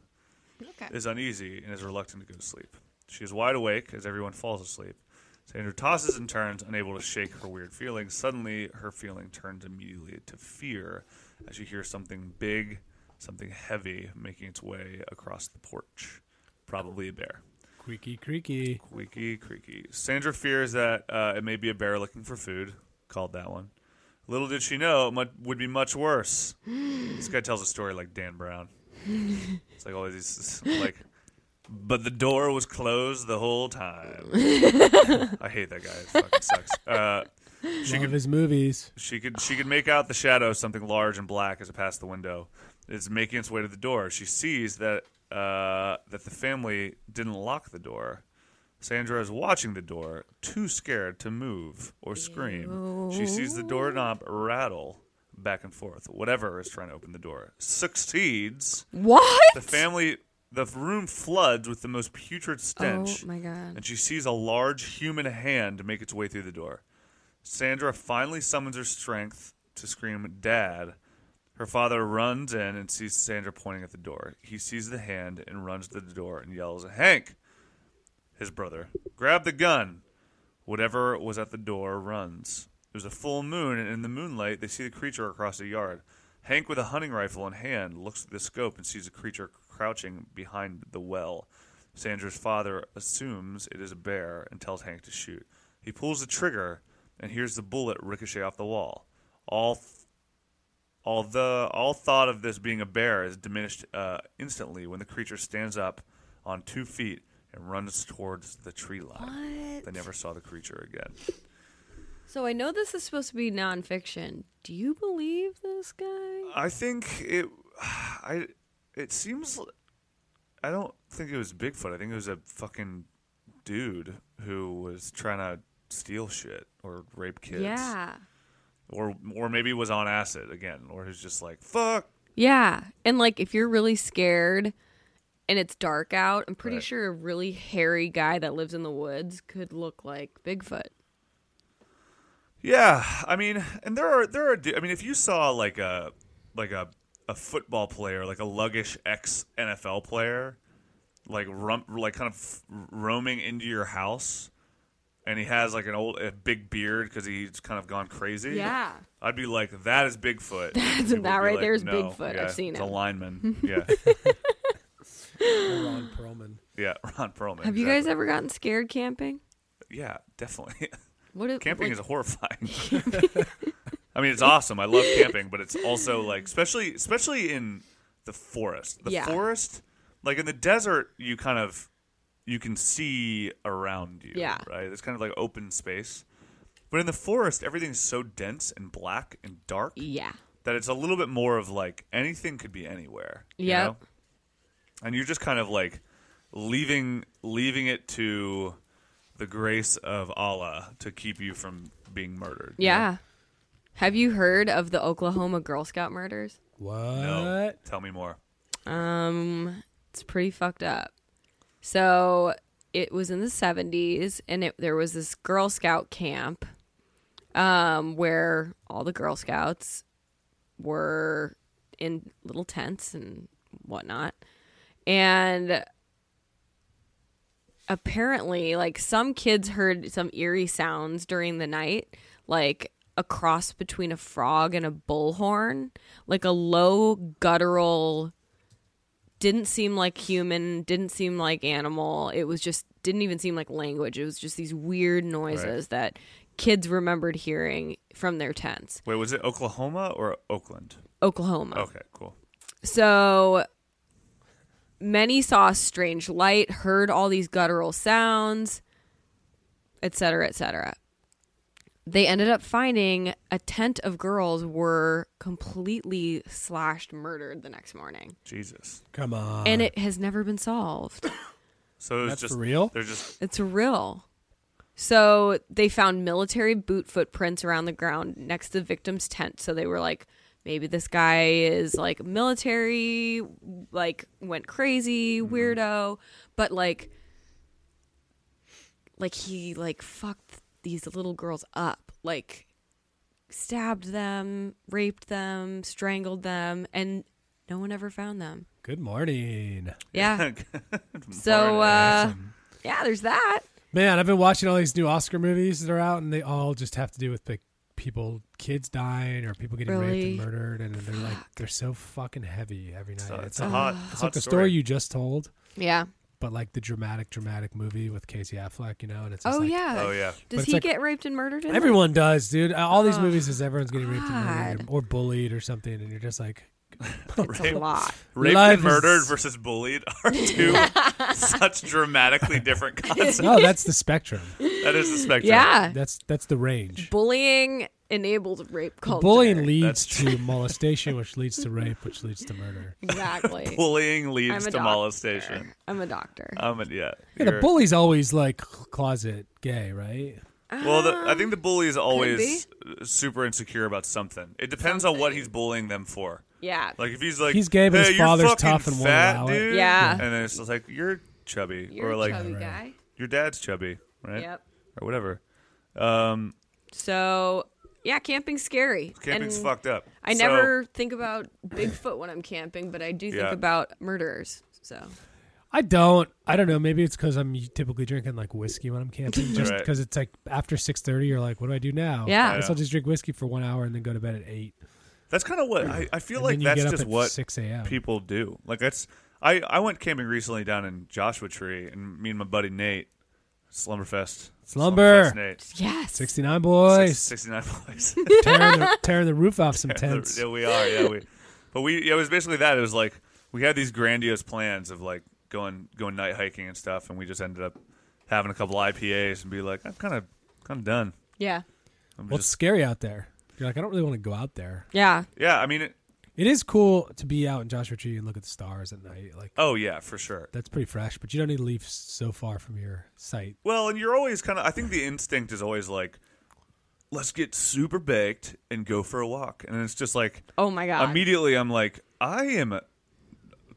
S4: Okay.
S5: is uneasy and is reluctant to go to sleep. She is wide awake as everyone falls asleep. Sandra tosses and turns, unable to shake her weird feelings. Suddenly, her feeling turns immediately to fear as she hears something big, something heavy making its way across the porch. Probably a bear.
S6: Creaky, creaky.
S5: Squeaky, creaky. Sandra fears that uh, it may be a bear looking for food. Called that one. Little did she know it mu- would be much worse. this guy tells a story like Dan Brown. It's like always these like, but the door was closed the whole time. I hate that guy. It fucking sucks. Uh, she
S6: Love
S5: could
S6: his movies.
S5: she could she could make out the shadow of something large and black as it passed the window. It's making its way to the door. She sees that uh, that the family didn't lock the door. Sandra is watching the door, too scared to move or scream. She sees the doorknob rattle back and forth. Whatever is trying to open the door succeeds.
S4: What?
S5: The family, the room floods with the most putrid stench
S4: Oh my god.
S5: and she sees a large human hand make its way through the door. Sandra finally summons her strength to scream, Dad. Her father runs in and sees Sandra pointing at the door. He sees the hand and runs to the door and yells, Hank! His brother, grab the gun! Whatever was at the door runs. There's a full moon, and in the moonlight, they see the creature across the yard. Hank, with a hunting rifle in hand, looks through the scope and sees a creature crouching behind the well. Sandra's father assumes it is a bear and tells Hank to shoot. He pulls the trigger and hears the bullet ricochet off the wall. All, all the all thought of this being a bear is diminished uh, instantly when the creature stands up on two feet and runs towards the tree line. They never saw the creature again.
S4: So I know this is supposed to be nonfiction. Do you believe this guy?
S5: I think it. I. It seems. l- I don't think it was Bigfoot. I think it was a fucking dude who was trying to steal shit or rape kids.
S4: Yeah.
S5: Or or maybe was on acid again, or who's just like fuck.
S4: Yeah. And like if you're really scared and it's dark out, I'm pretty
S5: Right.
S4: sure a really hairy guy that lives in the woods could look like Bigfoot.
S5: Yeah, I mean, and there are there are. du- I mean, if you saw like a like a a football player, like a luggish ex NFL player, like rum, like kind of roaming into your house, and he has like an old a big beard because he's kind of gone crazy.
S4: Yeah.
S5: I'd be like, that is Bigfoot. That's
S4: that right there is Bigfoot. I've seen
S5: it's
S4: him."
S5: a lineman. Yeah,
S6: Ron Perlman.
S5: yeah, Ron Perlman.
S4: Have you guys
S5: exactly.
S4: ever gotten scared camping?
S5: Yeah, definitely.
S4: What is,
S5: camping
S4: like-
S5: is horrifying. I mean, it's awesome. I love camping, but it's also like, especially especially in the forest. The
S4: Yeah.
S5: forest, like in the desert, you kind of you can see around you.
S4: Yeah.
S5: right. It's kind of like open space. But in the forest, everything's so dense and black and dark
S4: yeah.
S5: that it's a little bit more of like anything could be anywhere. you
S4: Yep.
S5: know? And you're just kind of like leaving leaving it to the grace of Allah to keep you from being murdered. you
S4: Yeah. Have you heard of the Oklahoma Girl Scout murders?
S6: What?
S5: know? No. Tell me more.
S4: Um, it's pretty fucked up. So it was in the seventies, and it there was this Girl Scout camp, um, where all the Girl Scouts were in little tents and whatnot, and apparently, like some kids heard some eerie sounds during the night, like a cross between a frog and a bullhorn, like a low guttural didn't seem like human, didn't seem like animal. It was just didn't even seem like language. It was just these weird noises that kids remembered hearing from their tents.
S5: Wait, was it Oklahoma or Oakland?
S4: Oklahoma.
S5: Okay, cool.
S4: So many saw a strange light, heard all these guttural sounds, etc., etc. They ended up finding a tent of girls were completely slashed, murdered the next morning,
S5: Jesus.
S6: Come on.
S4: and it has never been solved.
S5: So it was
S6: That's
S5: just
S6: for real?
S5: They're just
S4: It's real. So they found military boot footprints around the ground next to the victim's tent. So they were like, maybe this guy is like military, like went crazy, weirdo, but like, like he like fucked these little girls up, like stabbed them, raped them, strangled them, and no one ever found them.
S6: Good morning.
S4: Yeah. so uh, yeah, there's that.
S6: Man, I've been watching all these new Oscar movies that are out, and they all just have to do with like people, kids dying or people getting raped
S4: Really?
S6: and murdered, and they're like they're so fucking heavy every night.
S5: so
S6: it's
S5: it's a
S6: like,
S5: hot,
S6: it's
S5: hot
S6: like the story. you just told,
S4: Yeah.
S6: but like the dramatic, dramatic movie with Casey Affleck, you know, and it's just
S4: Oh
S6: like,
S4: yeah.
S5: Oh yeah.
S6: But
S4: Does
S6: it's
S4: he
S6: like-
S4: get raped and murdered? In it?
S6: Everyone does, dude. Uh, All these movies is everyone's getting raped and
S4: Oh, God.
S6: murdered or bullied or something, and you're just like,
S4: It's a lot.
S5: Raped
S6: Life
S5: and murdered
S6: is-
S5: versus bullied are two such dramatically different concepts.
S6: no, oh, that's the spectrum.
S5: That is the spectrum.
S4: Yeah.
S6: That's that's the range.
S4: Bullying enables rape culture.
S6: Bullying leads
S5: That's
S6: to molestation, which leads to rape, which leads to murder.
S4: Exactly.
S5: Bullying
S4: I'm
S5: leads
S4: a
S5: to
S4: doctor.
S5: molestation.
S4: I'm a doctor.
S5: Um, and yeah.
S6: Yeah, the
S5: you're-
S6: bully's always like closet gay, right?
S5: Well, the, I think the bully is always
S4: Ah, could
S5: super insecure about something. It depends on what he's bullying them for.
S4: yeah.
S5: Like if he's like
S6: He's gay, but
S5: hey,
S6: his
S5: you're
S6: father's
S5: fucking
S6: tough and won't
S5: fat,
S6: allow it."
S5: dude.
S4: Yeah.
S5: and then it's just like you're chubby, or like
S4: guy.
S5: your dad's chubby, right?
S4: Yep.
S5: Or whatever. Um,
S4: So yeah, camping's scary.
S5: camping's
S4: And
S5: fucked up.
S4: I
S5: So-
S4: never think about Bigfoot when I'm camping, but I do think
S5: Yeah.
S4: about murderers. So
S6: I don't. I don't know. Maybe it's because I'm typically drinking like whiskey when I'm camping, just
S5: Right.
S6: because it's like after six thirty, you're like, what do I do now?
S4: Yeah.
S6: I guess
S5: Yeah.
S6: I'll just drink whiskey for one hour and then go to bed at eight.
S5: That's kind of what I, I feel
S6: And
S5: like.
S6: then you
S5: That's
S6: get up
S5: just
S6: at
S5: what
S6: 6 a.m..
S5: people do. Like that's I I went camping recently down in Joshua Tree, and me and my buddy Nate, Slumberfest,
S6: Slumber.
S5: Slumberfest Nate,
S4: yes.
S6: Sixty nine boys
S5: sixty nine boys.
S6: tearing, the, tearing the roof off some tents.
S5: yeah, we are. Yeah, we. But we yeah, it was basically that. It was like we had these grandiose plans of like going going night hiking and stuff, and we just ended up having a couple IPAs and be like, I'm kind of kind of done.
S4: Yeah.
S5: I'm
S6: Well, it's
S5: just,
S6: scary out there. You're like, I don't really want to go out there.
S4: Yeah.
S5: yeah, I mean, it,
S6: It is cool to be out in Joshua Tree and look at the stars at night. Like
S5: oh yeah, for sure.
S6: that's pretty fresh, but you don't need to leave so far from your site.
S5: Well, and you're always kind of. I think the instinct is always like, let's get super baked and go for a walk, and it's just like
S4: Oh my god.
S5: immediately I'm like, I am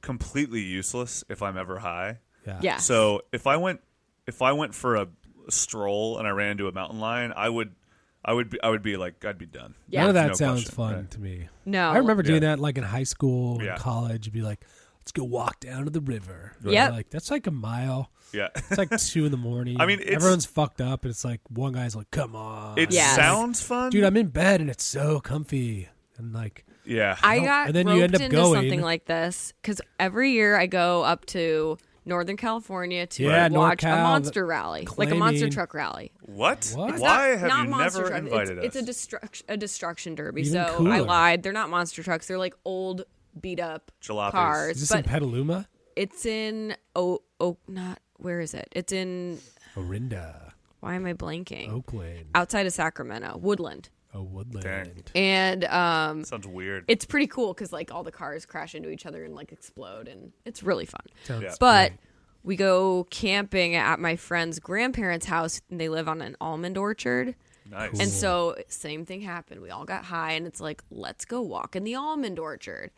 S5: completely useless if I'm ever high.
S6: Yeah.
S4: yeah.
S5: So if I went, if I went for a stroll and I ran into a mountain lion, I would, I would be, I would be like, I'd be done.
S4: Yeah.
S6: None of that
S5: No
S6: sounds
S5: question,
S6: fun
S5: right.
S6: to me.
S4: no.
S6: I remember doing
S5: Yeah.
S6: that like in high school and
S5: Yeah.
S6: college. Be like, let's go walk down to the river.
S4: Right. Yep.
S6: Like that's like a mile.
S5: Yeah.
S6: It's like two in the morning.
S5: I mean, it's-
S6: everyone's fucked up, and it's like one guy's like, "Come on,
S5: It
S4: Yes.
S5: sounds fun.
S6: dude, I'm in bed and it's so comfy." And like,
S5: yeah.
S4: I
S6: Nope.
S4: got
S6: And then you
S4: roped
S6: end up
S4: into
S6: going.
S4: something like this because every year I go up to Northern California to
S6: Yeah,
S4: watch
S6: NorCal,
S4: a monster rally, like a monster
S6: claiming-
S4: truck rally.
S5: what?
S6: What? It's
S5: Why
S4: not,
S5: have
S4: not
S5: you
S4: monster
S5: never
S4: truck.
S5: invited
S4: it's,
S5: us?
S4: It's a, destruct, a destruction derby.
S6: Even
S4: so I
S6: cooler.
S4: lied. They're not monster trucks. They're like old, beat up
S5: Jalopies.
S6: is
S4: cars.
S6: this in
S4: but
S6: Petaluma,
S4: it's in oh oh not where is it? It's in
S6: Orinda,
S4: why am I blanking?
S6: Oakland,
S4: Outside of Sacramento, Woodland,
S6: oh Woodland?
S5: Dang.
S4: and um,
S5: sounds weird.
S4: it's pretty cool because like all the cars crash into each other and like explode, and it's really fun.
S6: Sounds
S5: Yeah.
S4: But
S6: Mm-hmm.
S4: we go camping at my friend's grandparents' house, and they live on an almond orchard.
S5: nice.
S6: Mm.
S4: And so, same thing happened. We all got high, and it's like, let's go walk in the almond orchard.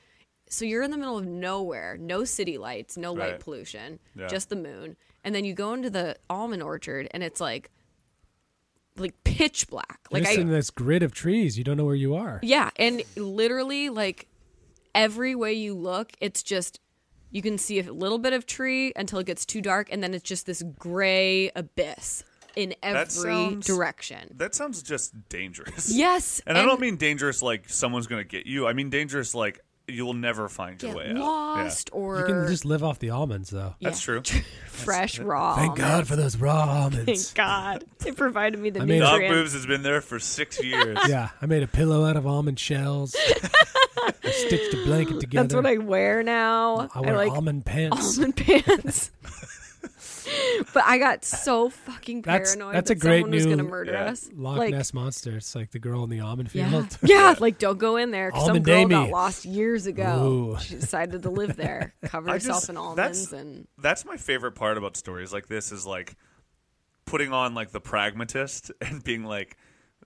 S4: So, you're in the middle of nowhere, no city lights, no
S5: Right.
S4: light pollution,
S5: Yeah.
S4: just the moon. And then you go into the almond orchard, and it's like, like pitch black.
S6: You're
S4: Like,
S6: just in
S4: I,
S6: this grid of trees, you don't know where you are.
S4: yeah. And literally, like, every way you look, it's just, you can see a little bit of tree until it gets too dark, and then it's just this gray abyss in every
S5: sounds-
S4: direction.
S5: that sounds just dangerous.
S4: Yes.
S5: And, I don't mean dangerous like someone's going to get you. I mean dangerous like you will never find your way
S4: get
S5: out. Yeah.
S4: lost or
S6: You can just live off the almonds, though.
S5: That's true.
S4: fresh raw.
S6: Thank God for those raw almonds.
S4: Thank God, it provided me the
S6: I mean-
S5: Dog
S4: nutrients.
S5: Boobs has been there for six years.
S6: yeah, I made a pillow out of almond shells. I stitched a blanket together.
S4: That's what I wear now.
S6: I wear
S4: like
S6: almond pants.
S4: almond pants. but I got so fucking
S6: That's-
S4: paranoid
S6: that's
S4: that
S6: a great
S4: someone was
S6: new-
S4: gonna murder
S5: Yeah.
S4: us.
S6: Loch
S4: like,
S6: Ness monster. It's like the girl in the almond
S4: Yeah.
S6: field.
S4: yeah, like don't go in there. 'cause Some
S6: Almond
S4: girl got
S6: Amy.
S4: lost years ago.
S6: Ooh.
S4: She decided to live there, cover
S5: I
S4: herself
S5: just-
S4: in
S5: that's-
S4: almonds, and
S5: That's my favorite part about stories like this is like putting on like the pragmatist and being like,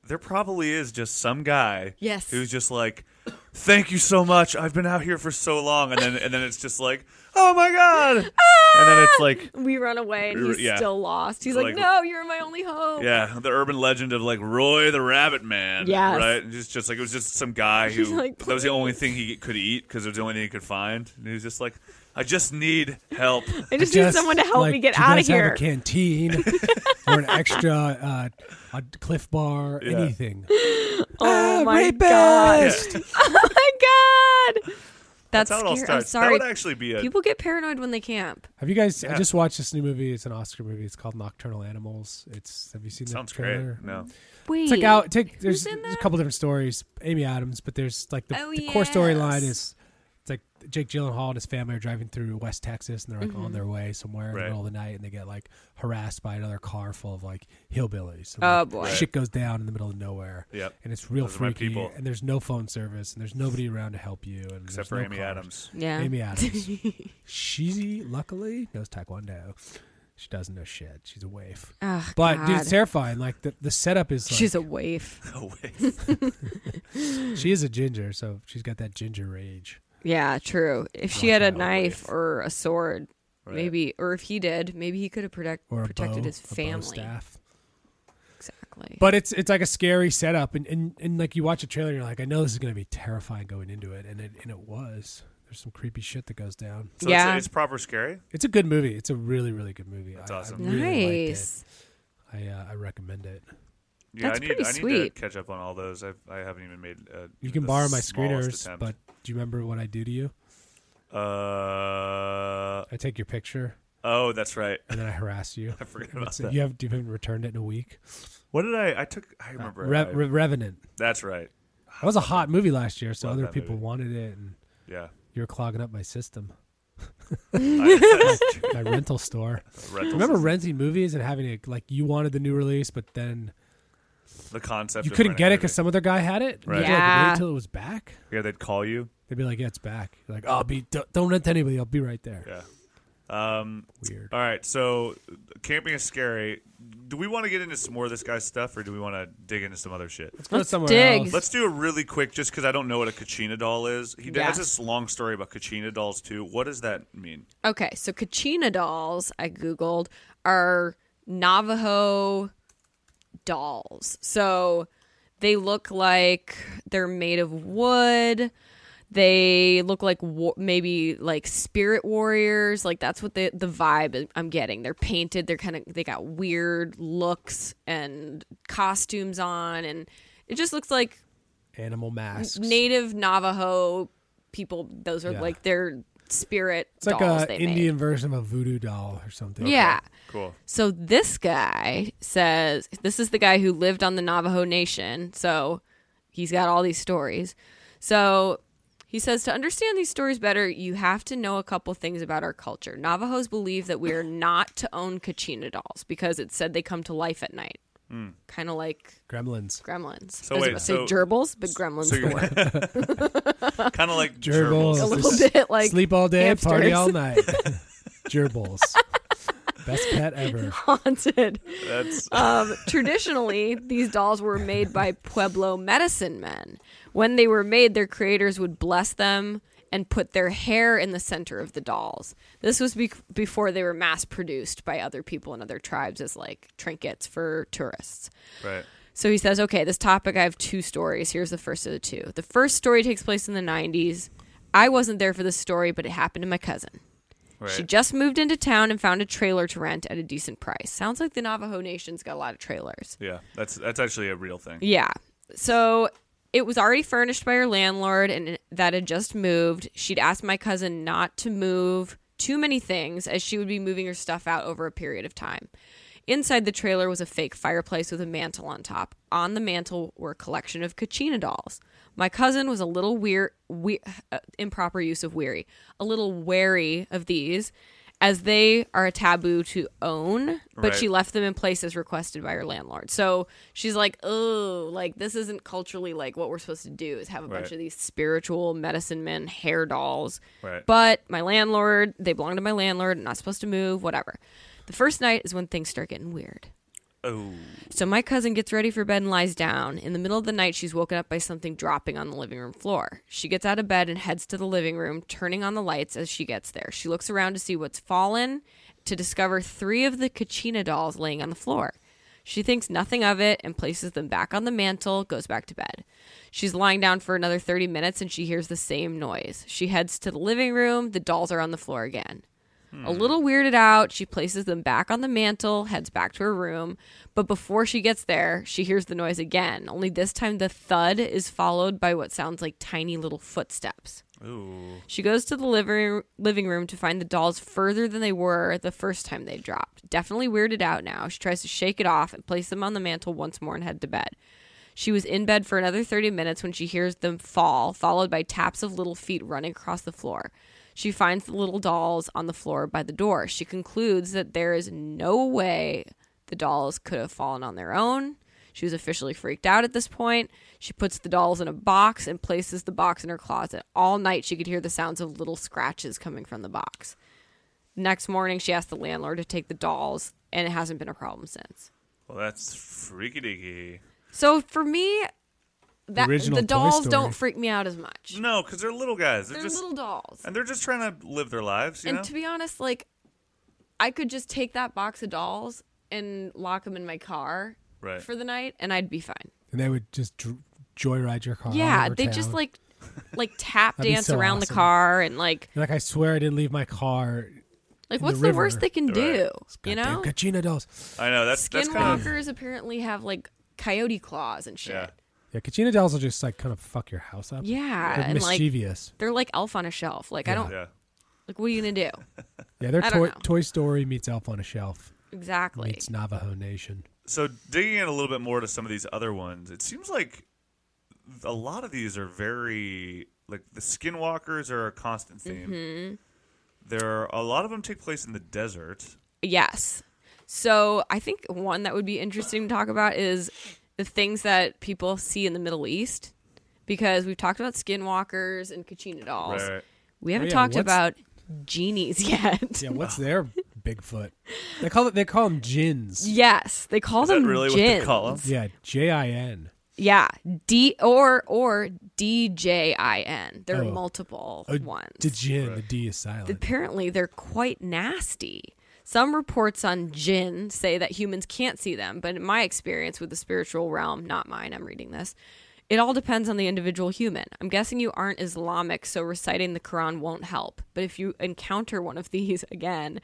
S5: there probably is just some guy
S4: Yes.
S5: who's just like, thank you so much. I've been out here for so long, and then and then it's just like, oh my god,
S4: Ah!
S5: and then it's like.
S4: we run away, and he's
S5: Yeah.
S4: still lost. He's like,
S5: Like-
S4: "No, you're my only hope."
S5: Yeah, the urban legend of like Roy the Rabbit Man.
S4: Yes.
S5: Right? And just, just like it was just some guy who
S4: Like,
S5: that was the only thing he could eat because it was the only thing he could find. And he was just like, I just need help.
S4: I just need someone to help
S6: like,
S4: me get
S6: do you
S4: out
S6: guys
S4: of
S6: Have
S4: here.
S6: a canteen or an extra uh, a Cliff Bar,
S5: Yeah.
S6: anything. Ah,
S4: Oh my god!
S6: Rapist!
S4: Oh my god! That's,
S5: That's how it all
S4: scary. I'm
S5: starts.
S4: sorry.
S5: That would actually be a
S4: People get paranoid when they camp.
S6: Have you guys?
S5: Yeah.
S6: I just watched this new movie. It's an Oscar movie. It's called Nocturnal Animals. It's have you seen
S5: sounds
S6: the
S5: great.
S6: trailer?
S5: No.
S4: Wait,
S6: It's like out. Take there's,
S4: in
S6: there's a
S4: that?
S6: couple different stories. Amy Adams, but there's like the,
S4: Oh,
S6: the core storyline
S4: yes.
S6: is it's like Jake Gyllenhaal and his family are driving through West Texas and they're like
S4: Mm-hmm.
S6: on their way somewhere in
S5: Right.
S6: the middle of the night and they get like harassed by another car full of like hillbillies. And,
S4: Oh,
S6: like,
S4: boy.
S6: Shit goes down in the middle of nowhere.
S5: Yep.
S6: And it's real
S5: Those are my
S6: freaky.
S5: people.
S6: And there's no phone service and there's nobody around to help you. And
S5: Except
S6: there's
S5: for
S6: no
S5: Amy
S6: cars.
S5: Adams.
S4: Yeah.
S6: Amy Adams. she luckily knows Taekwondo. She doesn't know shit. She's a waif.
S4: Ugh,
S6: but dude,
S4: God.
S6: it's terrifying. Like the, the setup is like,
S4: she's a waif.
S5: No way.
S6: she is a ginger, so she's got that ginger rage.
S4: Yeah, true. If she
S6: Not
S4: had a
S6: a
S4: knife or a sword,
S5: Right.
S4: maybe, or if he did, maybe he could have protect,
S6: Or a
S4: protected
S6: bow,
S4: his
S6: a bow
S4: family.
S6: staff.
S4: Exactly.
S6: But it's it's like a scary setup, and, and and like you watch a trailer, and you're like, I know this is gonna be terrifying going into it, and it and it was. There's some creepy shit that goes down.
S5: So
S4: Yeah.
S5: it's, it's proper scary.
S6: It's a good movie. It's a really really good movie. That's
S5: awesome.
S6: I, really
S4: nice.
S6: liked it. I uh, I recommend it.
S5: Yeah,
S4: That's
S5: I need
S4: pretty
S5: I need
S4: sweet.
S5: to catch up on all those. I've, I haven't even made. Uh,
S6: You can
S5: the
S6: borrow my
S5: smallest
S6: screeners,
S5: attempt.
S6: but do you remember what I do to you?
S5: uh
S6: I take your picture
S5: oh, that's right.
S6: and then I harass you.
S5: I forgot about
S6: It's-
S5: that.
S6: you have you haven't returned it in a week.
S5: What did I? I took. I remember.
S6: Re-
S5: I-
S6: Re- Revenant.
S5: that's right.
S6: That was a hot movie last year, so
S5: Love
S6: other
S5: that
S6: people
S5: movie.
S6: wanted it, and
S5: Yeah.
S6: you were clogging up my system,
S5: I,
S6: my rental store.
S5: Rentals
S6: Remember
S5: is
S6: renting movies and having it like you wanted the new release, but then
S5: the concept.
S6: you
S5: of
S6: couldn't
S5: renting
S6: get it
S5: a
S6: because some other guy had it.
S5: Right.
S6: You'd,
S4: Yeah.
S6: Like, wait till it was back.
S5: movie. Yeah, they'd call you.
S6: They'd be like, "Yeah, it's back." You're like, "Oh, I'll be don't, don't rent to anybody. I'll be right there."
S5: Yeah. Um.
S6: Weird.
S5: All right. So camping is scary. Do we want to get into some more of this guy's stuff, or do we want to dig into some other shit?
S6: Let's go somewhere
S4: dig.
S6: else.
S5: Let's do a really quick, just because I don't know what a kachina doll is. He
S4: Yeah.
S5: has this long story about kachina dolls too. What does that mean?
S4: Okay, so Kachina dolls, I Googled, are Navajo dolls. So they look like they're made of wood. They look like wa- maybe like spirit warriors. Like that's what the the vibe I'm getting. They're painted. They're kind of they got weird looks and costumes on, and it just looks like
S6: Animal masks.
S4: native Navajo people. Those are
S6: Yeah.
S4: like their spirit
S6: it's like
S4: dolls
S6: a
S4: they
S6: Indian
S4: made.
S6: version of a voodoo doll or something.
S4: Yeah.
S5: Cool.
S4: So this guy says this is the guy who lived on the Navajo Nation. So he's got all these stories. So he says to understand these stories better, you have to know a couple things about our culture. Navajos believe that we are not to own kachina dolls because it said they come to life at night. Kind of like
S6: Gremlins.
S4: gremlins.
S5: Hmm. So
S4: I was
S5: wait,
S4: about to say
S5: so-
S4: gerbils, but gremlins
S5: So you're
S4: for
S5: kind of like
S6: Gerbils.
S4: a
S5: gerbils.
S4: little bit like
S6: Sleep all day, party
S4: hamsters.
S6: all night. Gerbils. Best pet ever.
S4: haunted.
S5: That's
S4: Um, traditionally, these dolls were made by Pueblo medicine men. When they were made, their creators would bless them and put their hair in the center of the dolls. This was be- before they were mass produced by other people in other tribes as like trinkets for tourists.
S5: right.
S4: So he says, okay, this topic, I have two stories. Here's the first of the two. The first story takes place in the 90s. I wasn't there for this story, but it happened to my cousin.
S5: Right.
S4: She just moved into town and found a trailer to rent at a decent price. Sounds like the Navajo Nation's got a lot of trailers.
S5: yeah. That's that's actually a real thing.
S4: Yeah. So it was already furnished by her landlord and that had just moved. She'd asked my cousin not to move too many things as she would be moving her stuff out over a period of time. Inside the trailer was a fake fireplace with a mantle on top. On the mantle were a collection of Kachina dolls. My cousin was a little weir, we, uh, improper use of weary, a little wary of these, as they are a taboo to own. But
S5: Right.
S4: she left them in place as requested by her landlord. So she's like, oh, like this isn't culturally like what we're supposed to do is have a bunch
S5: Right.
S4: of these spiritual medicine men hair dolls.
S5: Right.
S4: But my landlord, they belong to my landlord, not supposed to move, whatever. The first night is when things start getting weird.
S5: Oh.
S4: So my cousin gets ready for bed and lies down. In the middle of the night, she's woken up by something dropping on the living room floor. She gets out of bed and heads to the living room, turning on the lights as she gets there. She looks around to see what's fallen, to discover three of the Kachina dolls laying on the floor. She thinks nothing of it and places them back on the mantle, goes back to bed. She's lying down for another 30 minutes and she hears the same noise. She heads to the living room. The dolls are on the floor again. A little weirded out, she places them back on the mantle, heads back to her room. But before she gets there, she hears the noise again, only this time the thud is followed by what sounds like tiny little footsteps.
S5: Ooh.
S4: She goes to the living, living room to find the dolls further than they were the first time they dropped. Definitely weirded out now, she tries to shake it off and place them on the mantle once more and head to bed. She was in bed for another 30 minutes when she hears them fall, followed by taps of little feet running across the floor. She finds the little dolls on the floor by the door. She concludes that there is no way the dolls could have fallen on their own. She was officially freaked out at this point. She puts the dolls in a box and places the box in her closet. All night she could hear the sounds of little scratches coming from the box. Next morning she asked the landlord to take the dolls, and it hasn't been a problem since.
S5: Well, that's freaky dicky.
S4: So for me, that
S6: Original
S4: the
S6: Toy
S4: dolls
S6: Story.
S4: don't freak me out as much.
S5: No, because they're little guys. They're,
S4: They're
S5: Mm, just uh,
S4: little dolls,
S5: and they're just trying to live their lives. You
S4: and
S5: know.
S4: to be honest, like I could just take that box of dolls and lock them in my car
S5: Right.
S4: for the night, and I'd be fine.
S6: And they would just dr- joyride your car. all
S4: yeah,
S6: over
S4: they just
S6: town.
S4: like like tap
S6: That'd be
S4: dance
S6: so
S4: around the
S6: awesome.
S4: car and like
S6: You're like, I swear I didn't leave my car.
S4: like
S6: the
S4: what's the,
S6: river.
S4: worst they can do? You
S6: Goddamn
S4: know,
S6: Kachina dolls.
S5: I know that's that's kind of
S4: skinwalkers apparently have like coyote claws and shit.
S5: yeah.
S4: Yeah,
S6: Yeah, Kachina dolls will just like kind of fuck your house up. They're
S4: and like
S6: mischievous.
S4: they're like elf on a shelf. Like I don't
S5: Yeah.
S4: like what are you gonna do?
S6: yeah, they're
S4: I don't
S6: toy,
S4: know.
S6: toy Story meets Elf on a Shelf
S4: Exactly.
S6: meets Navajo Nation.
S5: So digging in a little bit more to some of these other ones, it seems like a lot of these are very like the skinwalkers are a constant theme.
S4: Mm-hmm.
S5: There are a lot of them take place in the desert.
S4: Yes. So I think one that would be interesting to talk about is the things that people see in the Middle East, because we've talked about skinwalkers and kachina dolls.
S5: Right.
S4: We haven't
S6: Oh, yeah,
S4: talked
S6: what's-
S4: about genies yet.
S6: Yeah, what's their Bigfoot? They call it. They call them gins.
S4: Yes, they call
S5: Is that
S4: them
S5: really what
S4: gins.
S5: they call them?
S6: Yeah, J I N.
S4: Yeah, D or or D J I N. There are
S6: Oh.
S4: multiple
S6: A
S4: ones.
S6: Djinn. The D is silent.
S4: apparently they're quite nasty. Some reports on jinn say that humans can't see them, but in my experience with the spiritual realm, not mine, I'm reading this, It all depends on the individual human. I'm guessing you aren't Islamic, so reciting the Quran won't help. But if you encounter one of these again,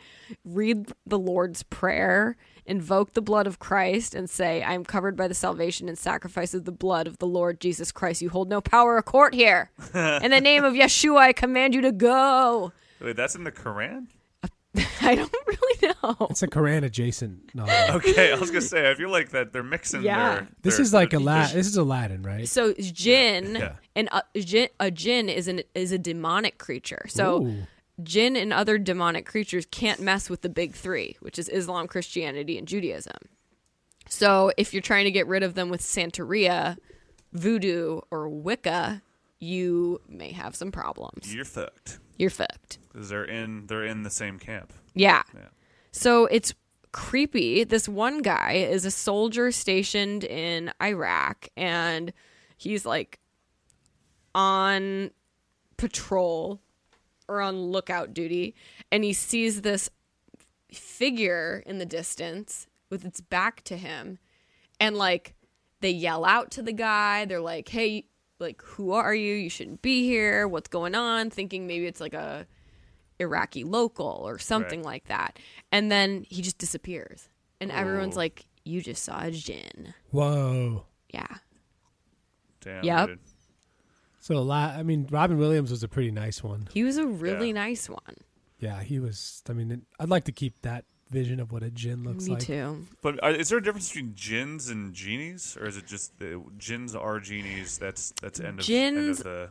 S4: read the Lord's Prayer, invoke the blood of Christ, and say, I am covered by the salvation and sacrifice of the blood of the Lord Jesus Christ. You hold no power or court here. In the name of Yeshua, I command you to go.
S5: Wait, that's in the Quran?
S4: I don't really know.
S6: It's a Quran adjacent novel.
S5: Okay, I was gonna say I feel like that they're mixing.
S4: Yeah.
S5: their,
S6: This
S5: their-
S6: is like
S5: their-
S6: Aladdin. This is Aladdin, right?
S4: So jinn
S5: Yeah.
S4: and a jinn, a jinn is an is a demonic creature. So
S6: Ooh.
S4: jinn and other demonic creatures can't mess with the big 3, which is Islam, Christianity, and Judaism. So if you're trying to get rid of them with Santeria, voodoo, or Wicca, you may have some problems.
S5: You're fucked.
S4: You're fucked.
S5: 'Cause They're in. They're in the same camp.
S4: Yeah.
S5: Yeah.
S4: So it's creepy. This one guy is a soldier stationed in Iraq and he's like on patrol or on lookout duty and he sees this figure in the distance with its back to him and like they yell out to the guy they're like hey like who are you you shouldn't be here what's going on thinking maybe it's like a Iraqi local or something
S5: Right.
S4: like that and then he just disappears and everyone's like you just saw a jinn
S6: Whoa.
S4: yeah
S5: Damn.
S4: Yep.
S5: dude.
S6: So a lot. I mean, Robin Williams was a pretty nice one.
S4: he was a really
S5: Yeah.
S4: nice one
S6: Yeah, he was. I mean, I'd like to keep that vision of what a gin looks
S4: me
S6: like.
S4: too
S5: But are, is there a difference between gins and genies, or is it just the gins are genies? That's that's end of, end
S4: Jinns-
S5: of the.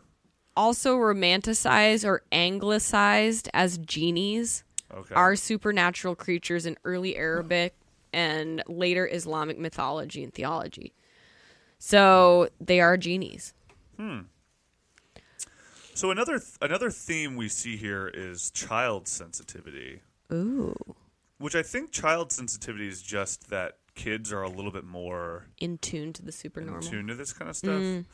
S4: also romanticized or anglicized as genies
S5: Okay.
S4: are supernatural creatures in early Arabic and later Islamic mythology and theology. So they are genies.
S5: so another th- another theme we see here is child sensitivity,
S4: Ooh,
S5: which I think child sensitivity is just that kids are a little bit more
S4: in tune to the
S5: in
S4: supernormal.
S5: tune to this kind of stuff.
S4: Mm.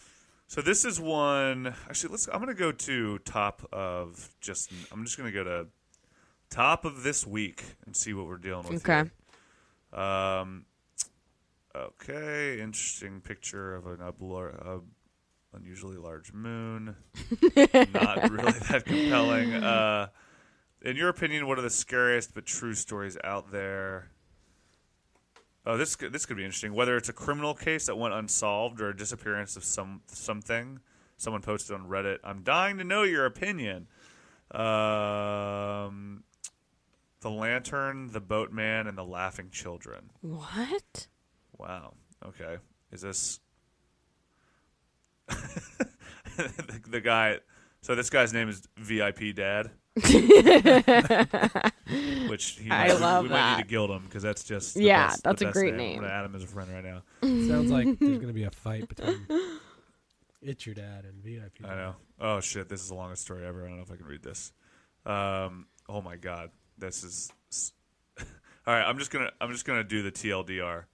S5: So this is one. Actually, let's. I'm gonna go to top of just. I'm just gonna go to top of this week and see what we're dealing with.
S4: Okay.
S5: here. Um. Okay. Interesting picture of an ublor, uh, unusually large moon. Not really that compelling. Uh, in your opinion, what are the scariest but true stories out there? Oh, this could- this could be interesting. Whether it's a criminal case that went unsolved or a disappearance of some something, someone posted on Reddit. I'm dying to know your opinion. Um, the lantern, the boatman, and the laughing children.
S4: What?
S5: Wow. Okay. Is this the, the guy? So this guy's name is VIP Dad. Which he
S4: I
S5: might- we-
S4: love
S5: we, might need
S4: that.
S5: to guild him because that's just the
S4: Yeah,
S5: best-
S4: that's
S5: the
S4: a
S5: best
S4: great
S5: I'm
S4: name.
S5: gonna add him as a friend right now.
S6: Sounds like there's gonna be a fight between It's Your Dad and VIP.
S5: I know. Oh shit, this is the longest story ever. I don't know if I can read this. Um, oh my god, this is. s- All right, I'm just gonna I'm just gonna do the TLDR.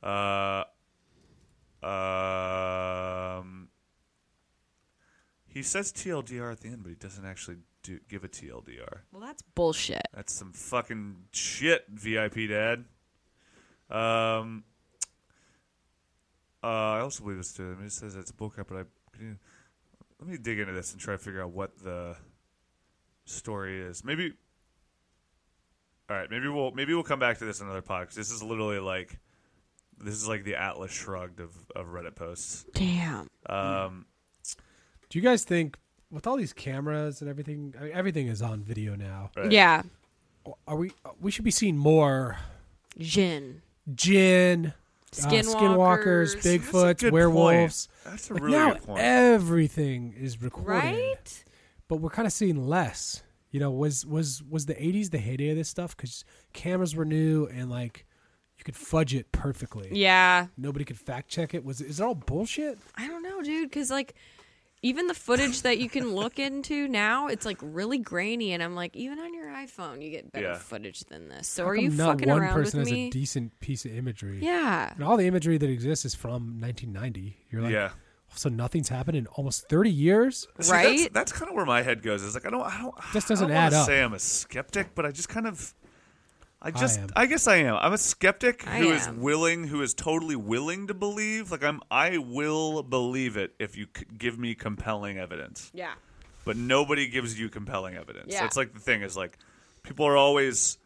S5: Uh, um, he says TLDR at the end, but he doesn't actually do give a TLDR.
S4: Well, that's bullshit.
S5: That's some fucking shit, VIP dad. Um, uh, I also believe this too. I mean, it says it's bullcrap, but I let me dig into this and try to figure out what the story is. Maybe. All right, maybe we'll maybe we'll come back to this in another podcast. This is literally like, this is like the Atlas shrugged of, of Reddit posts.
S4: Damn.
S5: Um,
S6: Do you guys think with all these cameras and everything, I mean, everything is on video now?
S5: Right.
S4: Yeah.
S6: Are we? uh, We should be seeing more
S4: Jinn.
S6: gin,
S4: Skinwalkers.
S6: skinwalkers,
S4: That's a
S5: that's a
S6: Bigfoots,
S5: good
S6: werewolves.
S5: Point. That's a
S6: Like
S5: really
S6: now
S5: good point.
S6: everything is recorded,
S4: Right?
S6: but we're kind of seeing less. You know, was was was the '80s the heyday of this stuff? Because cameras were new and like you could fudge it perfectly.
S4: Yeah.
S6: Nobody could fact check it. Was is it all bullshit?
S4: I don't know, dude, because like even the footage that you can look into now, it's like really grainy, and I'm like, even on your iPhone, you get better
S5: Yeah.
S4: footage than this. So are
S6: How
S4: you
S6: come not
S4: fucking
S6: one
S4: around
S6: person
S4: with
S6: has
S4: me?
S6: a decent piece of imagery?
S4: yeah.
S6: And all the imagery that exists is from 1990. You're like,
S5: yeah.
S6: so nothing's happened in almost 30 years.
S5: See, that's-
S4: Right?
S5: That's, kind of where my head goes. It's like I don't, I don't.
S6: Just
S5: I
S6: doesn't
S5: don't
S6: add
S5: wanna
S6: up.
S5: Say I'm a skeptic, but I just kind of, I just,
S6: am.
S5: I, guess I am. I'm a skeptic
S4: I
S5: who is
S4: am.
S5: willing, who is totally willing to believe. Like I'm, I will believe it if you c- give me compelling evidence.
S4: Yeah.
S5: But nobody gives you compelling evidence.
S4: Yeah.
S5: That's like the thing is like, people are always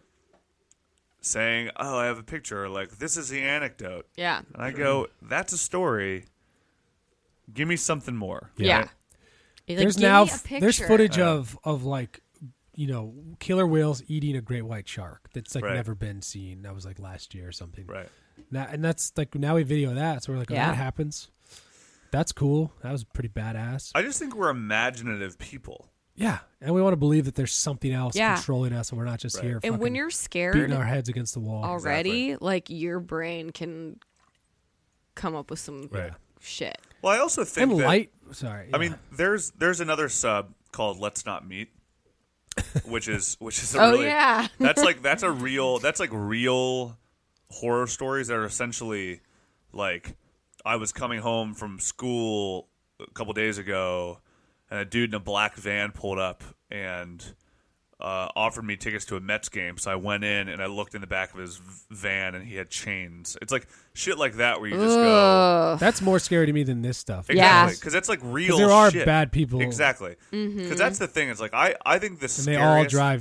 S5: saying, "Oh, I have a picture." Or like this is the anecdote.
S4: Yeah.
S5: And I go,
S6: Mm-hmm.
S5: "That's a story. Give me something more."
S4: Yeah. He's like,
S6: there's
S4: "Give
S6: now
S4: me a
S6: f- there's
S4: picture."
S6: footage of of like you know killer whales eating a great white shark that's like
S5: Right.
S6: never been seen. That was like last year or something.
S5: Right.
S6: Now, and that's like now we video that, so we're like, oh,
S4: Yeah.
S6: that happens. That's cool. That was pretty badass.
S5: I just think we're imaginative people.
S6: yeah, and we want to believe that there's something else
S4: Yeah.
S6: controlling us, and we're not just
S5: Right.
S6: here.
S4: And when
S6: fucking
S4: you're
S6: beating
S4: scared
S6: our heads against the wall,
S4: already, like your brain can come up with some
S5: Right.
S4: shit.
S5: Well, I also think
S6: and
S5: that,
S6: light. Sorry,
S5: I mean,
S6: yeah.
S5: there's there's another sub called Let's Not Meet, which is which is a
S4: Oh,
S5: really,
S4: yeah.
S5: that's like that's a real that's like real horror stories that are essentially like I was coming home from school a couple days ago, and a dude in a black van pulled up and uh, offered me tickets to a Mets game. So I went in and I looked in the back of his v- van, and he had chains. It's like shit like that where you just go.
S6: that's more scary to me than this stuff.
S4: Yeah. Mm-hmm.
S5: Exactly, because that's like real.
S6: there are
S5: shit.
S6: bad people.
S5: Exactly, because that's the thing. It's like I, I think the
S6: and
S5: scariest.
S6: they all drive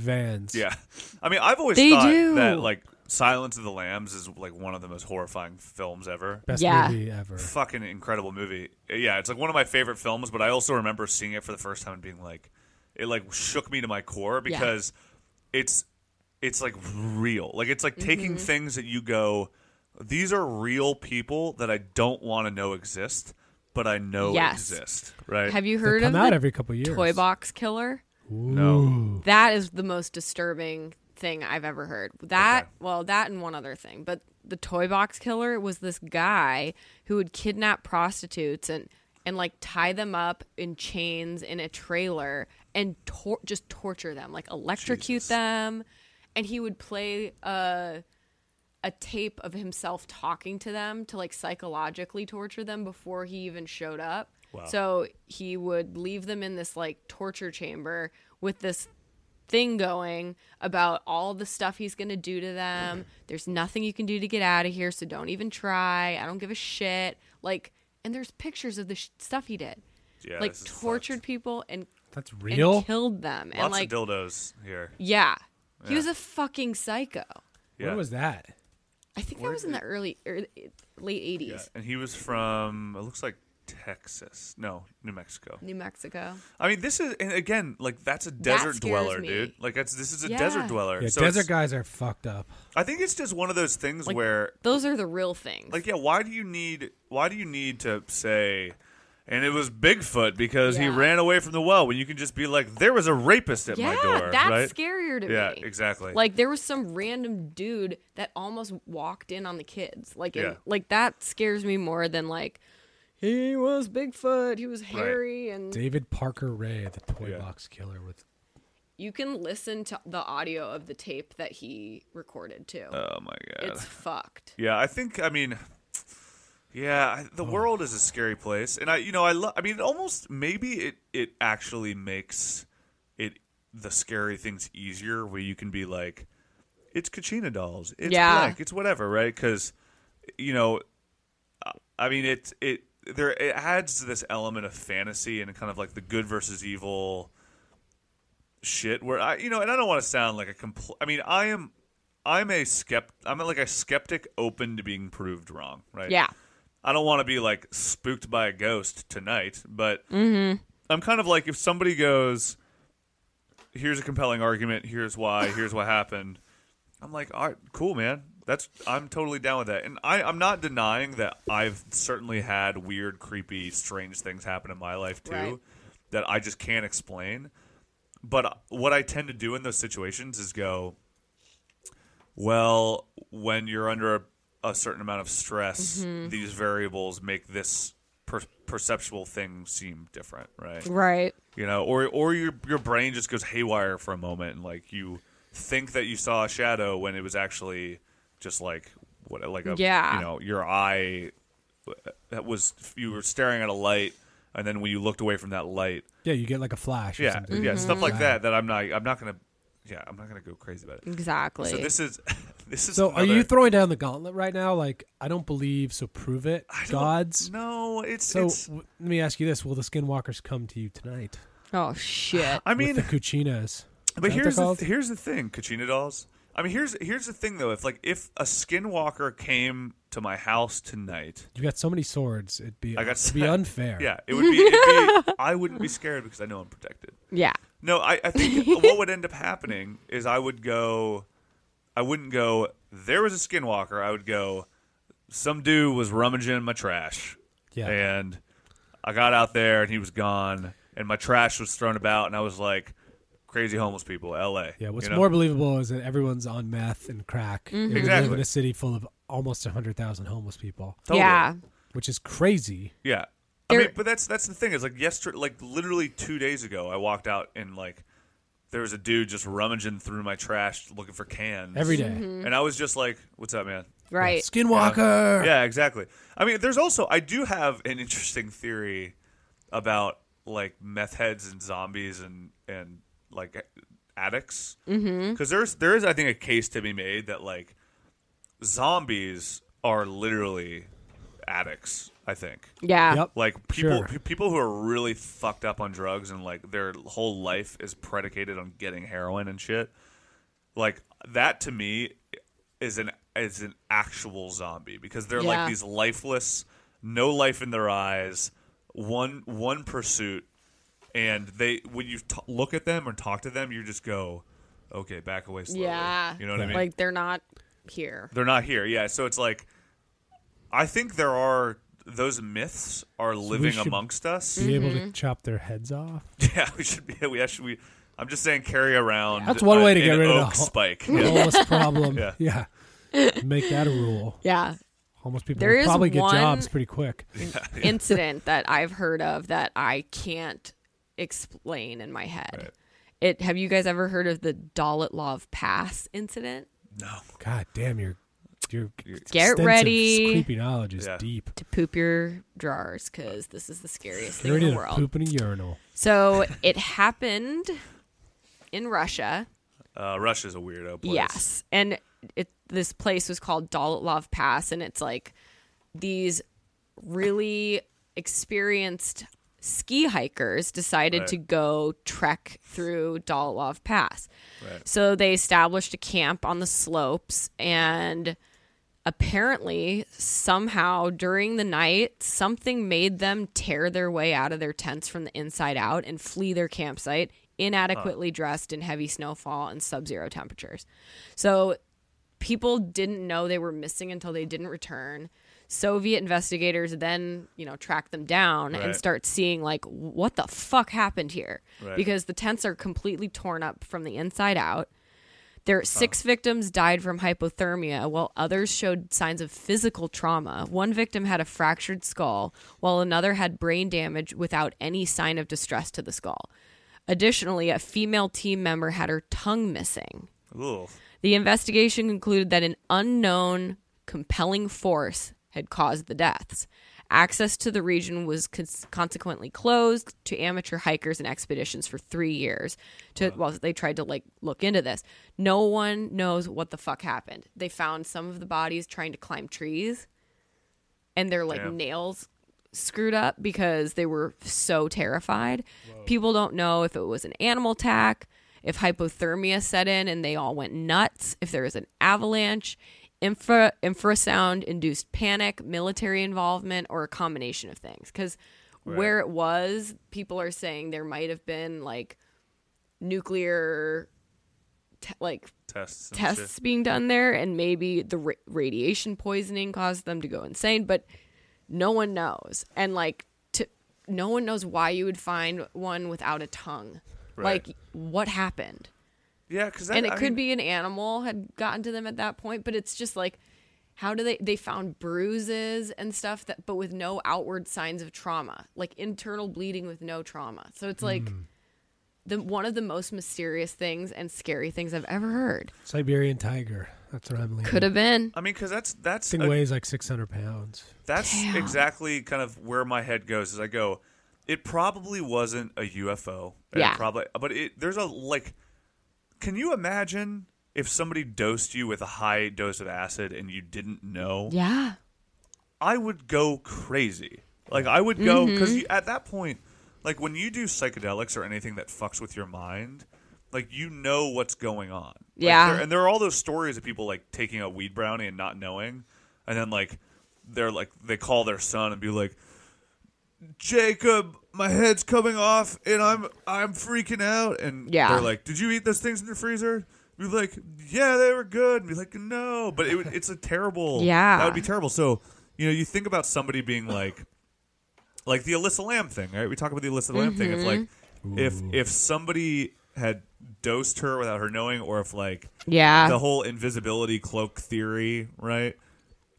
S6: vans.
S5: Yeah, I mean, I've always
S4: They
S5: thought
S4: do.
S5: that like Silence of the Lambs is like one of the most horrifying films ever.
S6: best
S4: Yeah.
S6: movie ever.
S5: Fucking incredible movie. Yeah, it's like one of my favorite films. But I also remember seeing it for the first time and being like, it like shook me to my core because it's it's like real. Like it's like taking
S4: Mm-hmm.
S5: things that you go, these are real people that I don't want to know exist, but I know
S4: Yes.
S5: exist. Right?
S4: Have you
S6: They
S4: heard of
S6: come out
S4: the
S6: every couple years.
S4: toy box killer?
S5: no.
S4: That is the most disturbing thing I've ever heard. That, well, that and one other thing, but the toy box killer was this guy who would kidnap prostitutes and and like tie them up in chains in a trailer and tor- just torture them, like electrocute them, and he would play a a tape of himself talking to them to like psychologically torture them before he even showed up. So he would leave them in this like torture chamber with this thing going about all the stuff he's going to do to them. There's nothing you can do to get out of here, so don't even try. I don't give a shit. Like, and there's pictures of the sh- stuff he did.
S5: Yeah,
S4: like
S5: this is fucked.
S4: tortured people and,
S6: That's
S4: and
S6: real.
S4: killed them.
S5: Lots
S4: and like,
S5: of dildos here.
S4: yeah, he was a fucking psycho.
S5: Yeah.
S6: What was that?
S4: I think that was in the early, er late 80s.
S5: Yeah, and he was from it looks like Texas. No, New Mexico.
S4: New Mexico.
S5: I mean, this is and again, like that's a desert
S4: scares
S5: dweller,
S4: me.
S5: dude. Like that's this is a
S4: Yeah.
S5: desert dweller.
S6: Yeah,
S5: so
S6: desert
S5: it's-
S6: guys are fucked up.
S5: I think it's just one of those things
S4: Like-
S5: where
S4: Those are the real things.
S5: like yeah, why do you need why do you need to say and it was Bigfoot because he
S4: Yeah.
S5: ran away from the well when you can just be like there was a rapist at
S4: yeah,
S5: my door,
S4: that's
S5: right?
S4: scarier to
S5: Yeah,
S4: me.
S5: exactly.
S4: Like there was some random dude that almost walked in on the kids. Like and-
S5: Yeah.
S4: like that scares me more than like he was Bigfoot, he was hairy and
S6: David Parker Ray, the toy
S5: Yeah.
S6: box killer with
S4: you can listen to the audio of the tape that he recorded too.
S5: Oh my god.
S4: it's fucked.
S5: Yeah, I think I mean, yeah, I, the world is a scary place, and I, you know, I love. I mean, it almost maybe it it actually makes it the scary things easier, where you can be like, it's Kachina dolls, it's
S4: Yeah.
S5: blank, it's whatever, right? Because you know, I- I mean, it it there it adds to this element of fantasy and kind of like the good versus evil shit where I you know and I don't want to sound like a compl- I mean I am I'm a skept I'm like a skeptic open to being proved wrong right
S4: Yeah.
S5: I don't want to be like spooked by a ghost tonight but I'm kind of like if somebody goes here's a compelling argument here's why here's what happened I'm like all right cool man that's I'm totally down with that and I I'm not denying that I've certainly had weird creepy strange things happen in my life too
S4: Right.
S5: that I just can't explain but what I tend to do in those situations is go, well, when you're under a, a certain amount of stress, these variables make this per- perceptual thing seem different, right?
S4: Right.
S5: You know, or or your your brain just goes haywire for a moment, and like you think that you saw a shadow when it was actually just like what, like a
S4: Yeah.
S5: you know, your eye uh, that was you were staring at a light, and then when you looked away from that light,
S6: yeah, you get like a flash. Or
S5: yeah,
S4: Mm-hmm.
S6: something.
S5: yeah, stuff like that. That I'm not. I'm not gonna yeah, I'm not gonna go crazy about it.
S4: Exactly.
S5: So this is this is.
S6: So are you
S5: another-
S6: throwing down the gauntlet right now? Like I don't believe, so prove it. Gods.
S5: No, it's
S6: So
S5: it's.
S6: w- let me ask you this: Will the skinwalkers come to you tonight?
S4: oh shit.
S5: I
S6: with
S5: mean,
S6: the Cucinas.
S5: But
S6: Is that what
S5: here's
S6: they're
S5: the
S6: called?
S5: th- here's the thing, Kachina dolls. I mean, here's here's the thing though. If like if a skinwalker came to my house tonight,
S6: you got so many swords. It'd be
S5: I got
S6: it'd be unfair.
S5: yeah, it would be. It'd be I wouldn't be scared because I know I'm protected.
S4: Yeah.
S5: No, I, I think what would end up happening is I would go, I wouldn't go. There was a skinwalker. I would go. Some dude was rummaging in my trash,
S6: Yeah.
S5: and I got out there and he was gone, and my trash was thrown about, and I was like, crazy homeless people, L.A.
S6: Yeah, what's
S5: you know?
S6: more believable is that everyone's on meth and crack. And We live
S5: Exactly.
S6: in a city full of almost 100,000 homeless people,
S5: Totally.
S4: Yeah.
S6: which is crazy.
S5: Yeah. I
S4: There-
S5: mean, but that's that's the thing. Is like yesterday, like literally two days ago, I walked out and like there was a dude just rummaging through my trash looking for cans
S6: Every day.
S5: and I was just like, "What's up, man?"
S4: Mm-hmm. Right.
S6: Skinwalker.
S5: Yeah, exactly. I mean, there's also I do have an interesting theory about like meth heads and zombies and and like addicts because mm-hmm. there's there is I think a case to be made that like zombies are literally addicts. I think
S4: Yeah.
S6: Yep.
S5: like people
S6: Sure.
S5: pe- people who are really fucked up on drugs and like their whole life is predicated on getting heroin and shit like that to me is an is an actual zombie because they're
S4: Yeah.
S5: like these lifeless no life in their eyes one one pursuit and they when you t- look at them or talk to them you just go okay back away slowly
S4: Yeah.
S5: you know what i mean
S4: Like they're not here.
S5: they're not here. Yeah, so it's like I think there are those myths are living
S6: should- Mm-hmm.
S5: amongst us.
S6: Be able
S4: Mm-hmm.
S6: to chop their heads off.
S5: Yeah, we should be. We actually. We, I'm just saying, carry around.
S6: That's one
S5: a-
S6: way to get
S5: an
S6: rid of
S5: oak
S6: the Mm-hmm. whole-
S5: spike. Yeah.
S6: Homeless problem.
S5: Yeah.
S6: yeah. Make that a rule.
S4: Yeah.
S6: Homeless people
S4: There
S6: will
S4: is
S6: probably get
S4: one-
S6: jobs pretty quick.
S4: Incident that I've heard of that I can't explain in my head. It have you guys ever heard of the Dolitlov Pass incident?
S6: God damn, your your
S4: Get
S6: extensive
S4: ready.
S6: creepy knowledge is
S5: Yeah.
S6: deep.
S4: To poop your drawers because this is the scariest
S6: Get
S4: thing in
S6: ready
S4: the
S6: to
S4: world.
S6: poop in a urinal.
S4: So it happened in Russia.
S5: Uh, Russia's a weirdo place.
S4: Yes. And it this place was called Dolitlov Pass and it's like these really experienced ski hikers decided
S5: Right.
S4: to go trek through Dolitlov Pass.
S5: Right.
S4: So they established a camp on the slopes and apparently somehow during the night something made them tear their way out of their tents from the inside out and flee their campsite inadequately dressed in heavy snowfall and sub-zero temperatures so people didn't know they were missing until they didn't return soviet investigators then you know track them down
S5: Right.
S4: and start seeing like what the fuck happened here
S5: Right.
S4: because the tents are completely torn up from the inside out their six victims died from hypothermia, while others showed signs of physical trauma. One victim had a fractured skull, while another had brain damage without any sign of distress to the skull. Additionally, a female team member had her tongue missing.
S5: Ugh.
S4: The investigation concluded that an unknown compelling force had caused the deaths. Access to the region was cons- consequently closed to amateur hikers and expeditions for three years. To while they tried to like look into this, no one knows what the fuck happened. They found some of the bodies trying to climb trees, and their like
S5: Damn.
S4: nails screwed up because they were so terrified. People don't know if it was an animal attack, if hypothermia set in and they all went nuts, if there was an avalanche, infra infrasound induced panic, military involvement, or a combination of things. Because where it was, people are saying there might have been like nuclear. Te- like
S5: Tests. and shit.
S4: tests being done there, and maybe the ra- radiation poisoning caused them to go insane. But no one knows, and like, to, no one knows why you would find one without a tongue.
S5: Right.
S4: Like, what happened?
S5: Yeah, because
S4: And it could be an animal had gotten to them at that point, but it's just like, how do they? They found bruises and stuff that, but with no outward signs of trauma, like internal bleeding with no trauma. So it's like. The, one of the most mysterious things and scary things I've ever heard.
S6: Siberian tiger. That's what I'm leaning.
S4: Could have been.
S5: I mean, because that's that's
S6: Thing
S5: a-
S6: weighs like 600 pounds.
S5: that's
S4: Damn.
S5: exactly kind of where my head goes as I go. It probably wasn't a UFO. It
S4: Yeah.
S5: Probably, but it there's a like Can you imagine if somebody dosed you with a high dose of acid and you didn't know?
S4: Yeah.
S5: I would go crazy. Like I would go because
S4: Mm-hmm.
S5: at that point, like when you do psychedelics or anything that fucks with your mind, like you know what's going on. Like,
S4: Yeah.
S5: there- and there are all those stories of people like taking a weed brownie and not knowing, and then like they're like they call their son and be like, Jacob, my head's coming off and I'm I'm freaking out. And
S4: Yeah.
S5: they're like, Did you eat those things in your freezer? Be like, yeah, they were good. Be like, no, but it, would- it's a terrible.
S4: Yeah.
S5: that would be terrible. So you know, you think about somebody being like, like the Alyssa Lamb thing, right? We talk about the Alyssa Lamb thing. If like,
S6: Mm-hmm.
S5: if if somebody had dosed her without her knowing, or if like
S4: Yeah.
S5: the whole invisibility cloak theory, right?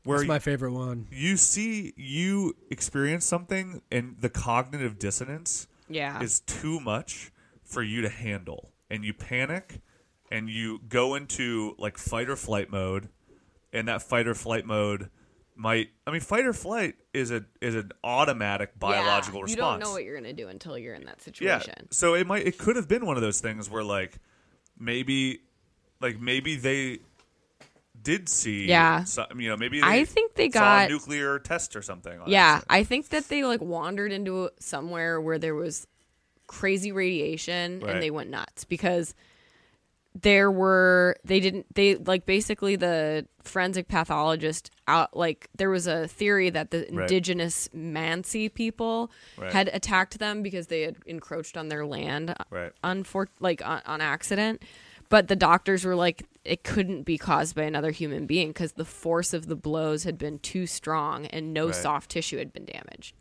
S5: Where
S6: That's my favorite one.
S5: you see you experience something and the cognitive dissonance
S4: Yeah.
S5: is too much for you to handle and you panic and you go into like fight or flight mode and that fight or flight mode might i mean fight or flight is a is an automatic biological
S4: yeah.
S5: response
S4: You don't know what you're gonna do until you're in that situation.
S5: so it might it could have been one of those things where like maybe like maybe they did see
S4: Yeah.
S5: some, you know maybe they
S4: I think they
S5: saw
S4: got-
S5: a nuclear test or something on
S4: Yeah,
S5: accident.
S4: I think that they like wandered into somewhere where there was crazy radiation
S5: Right.
S4: and they went nuts because there were they didn't they like basically the forensic pathologist out like there was a theory that the indigenous Mansi people
S5: Right.
S4: had attacked them because they had encroached on their land
S5: Right.
S4: unfor- like on, on accident but the doctors were like it couldn't be caused by another human being because the force of the blows had been too strong and no
S5: Right.
S4: soft tissue had been damaged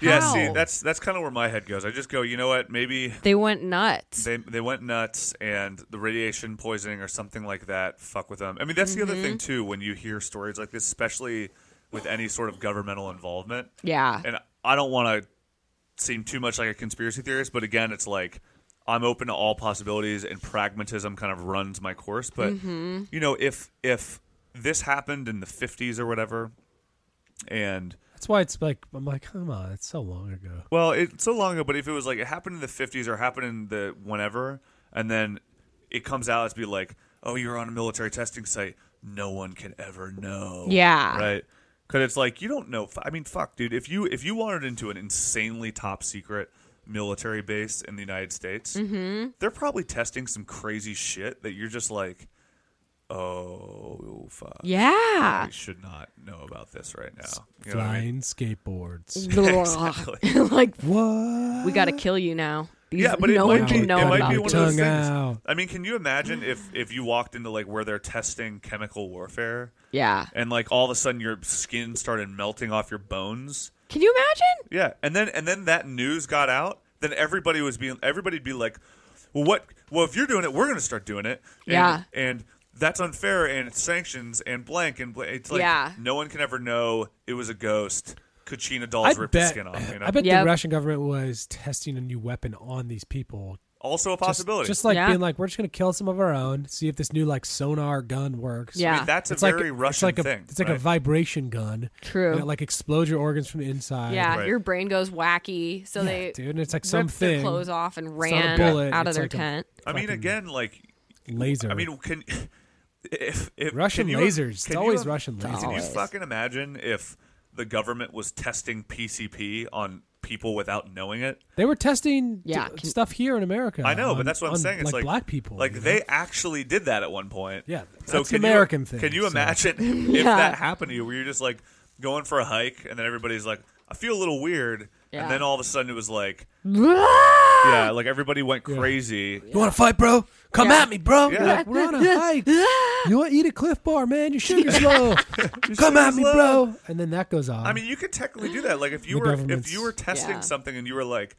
S5: Yeah,
S4: How?
S5: see, that's that's kind of where my head goes. I just go, you know what? Maybe
S4: they went nuts
S5: they they went nuts and the radiation poisoning or something like that fuck with them. I mean, that's the other thing too when you hear stories like this, especially with any sort of governmental involvement.
S4: yeah
S5: And I don't want to seem too much like a conspiracy theorist, but again, it's like I'm open to all possibilities and pragmatism kind of runs my course, but you know, if if this happened in the 50s or whatever and
S6: That's why it's like I'm like, come on, it's so long ago.
S5: Well, it's so long ago, but if it was like it happened in the fifties or happened in the whenever, and then it comes out as be like, oh, you're on a military testing site, no one can ever know.
S4: Yeah.
S5: right. Because it's like you don't know. I mean, fuck, dude. If you if you wandered into an insanely top secret military base in the United States,
S4: Mm-hmm.
S5: they're probably testing some crazy shit that you're just like, oh fuck,
S4: yeah
S5: we should not know about this right now. You know what I mean?
S6: Flying skateboards.
S4: like
S6: what?
S4: we gotta kill you now These-
S5: Yeah, but it
S4: no
S5: might
S4: one
S5: be-
S4: can know
S5: it might
S4: about
S5: be
S4: you.
S5: one of those
S6: Tongue
S5: things.
S6: out.
S5: I mean, can you imagine if if you walked into like where they're testing chemical warfare
S4: yeah
S5: and like all of a sudden your skin started melting off your bones?
S4: can you imagine
S5: Yeah, and then and then that news got out, then everybody was being everybody'd be like, "Well, what? Well, if you're doing it, we're going to start doing it." And,
S4: Yeah.
S5: and that's unfair, and it's sanctions, and blank, and blank. it's like
S4: Yeah.
S5: no one can ever know it was a ghost. Kachina
S6: I
S5: dolls ripped the
S6: bet,
S5: skin off. You know?
S6: I bet
S4: Yep.
S6: the Russian government was testing a new weapon on these people.
S5: also a
S6: Just-
S5: possibility.
S6: Just, like
S4: Yeah.
S6: being like, we're just gonna kill some of our own, see if this new like sonar gun works.
S4: Yeah.
S5: I mean, that's
S6: It's
S5: a
S6: like
S5: very
S6: it's
S5: Russian
S6: like a,
S5: thing.
S6: It's like
S5: right?
S6: a vibration gun.
S4: True.
S6: And it like explodes your organs from the inside.
S4: yeah
S5: Right.
S4: your brain goes wacky so
S6: Yeah,
S4: they
S6: dude, and it's like
S4: ripped
S6: something
S4: their clothes off and
S6: not a
S4: ran
S6: bullet,
S4: out of
S6: it's
S4: their
S6: like a-
S4: tent
S5: I mean, again, like
S6: laser.
S5: I mean, can if, if
S6: Russian
S5: can you-
S6: lasers. It's
S5: can you-
S6: always Russian
S5: can
S6: lasers.
S5: you
S4: Always.
S5: fucking imagine if the government was testing PCP on people without knowing it?
S6: they were testing d-
S4: Yeah, can-
S6: stuff here in America.
S5: I know,
S6: on-
S5: but that's what I'm
S6: Um, on,
S5: saying. It's like,
S6: black people.
S5: Like
S6: you know?
S5: they actually did that at one point.
S6: Yeah,
S5: so
S6: that's
S5: can
S6: an American
S5: you,
S6: thing,
S5: Can you
S6: so-
S5: imagine if that happened to you, where you're just like going for a hike, and then everybody's like, "I feel a little weird,"
S4: Yeah.
S5: and then all of a sudden it was like, yeah, like everybody went crazy.
S6: You want to fight, bro? Come
S4: Yeah.
S6: at me, bro.
S5: Yeah.
S6: You're like, we're on a hike. you want to eat a Cliff Bar, man? Your sugar's low. Come at me,
S5: low.
S6: bro. And then that goes on.
S5: I mean, you could technically do that. Like if you
S6: Uh, The
S5: were if
S6: government's-
S5: you were testing
S4: Yeah.
S5: something and you were like,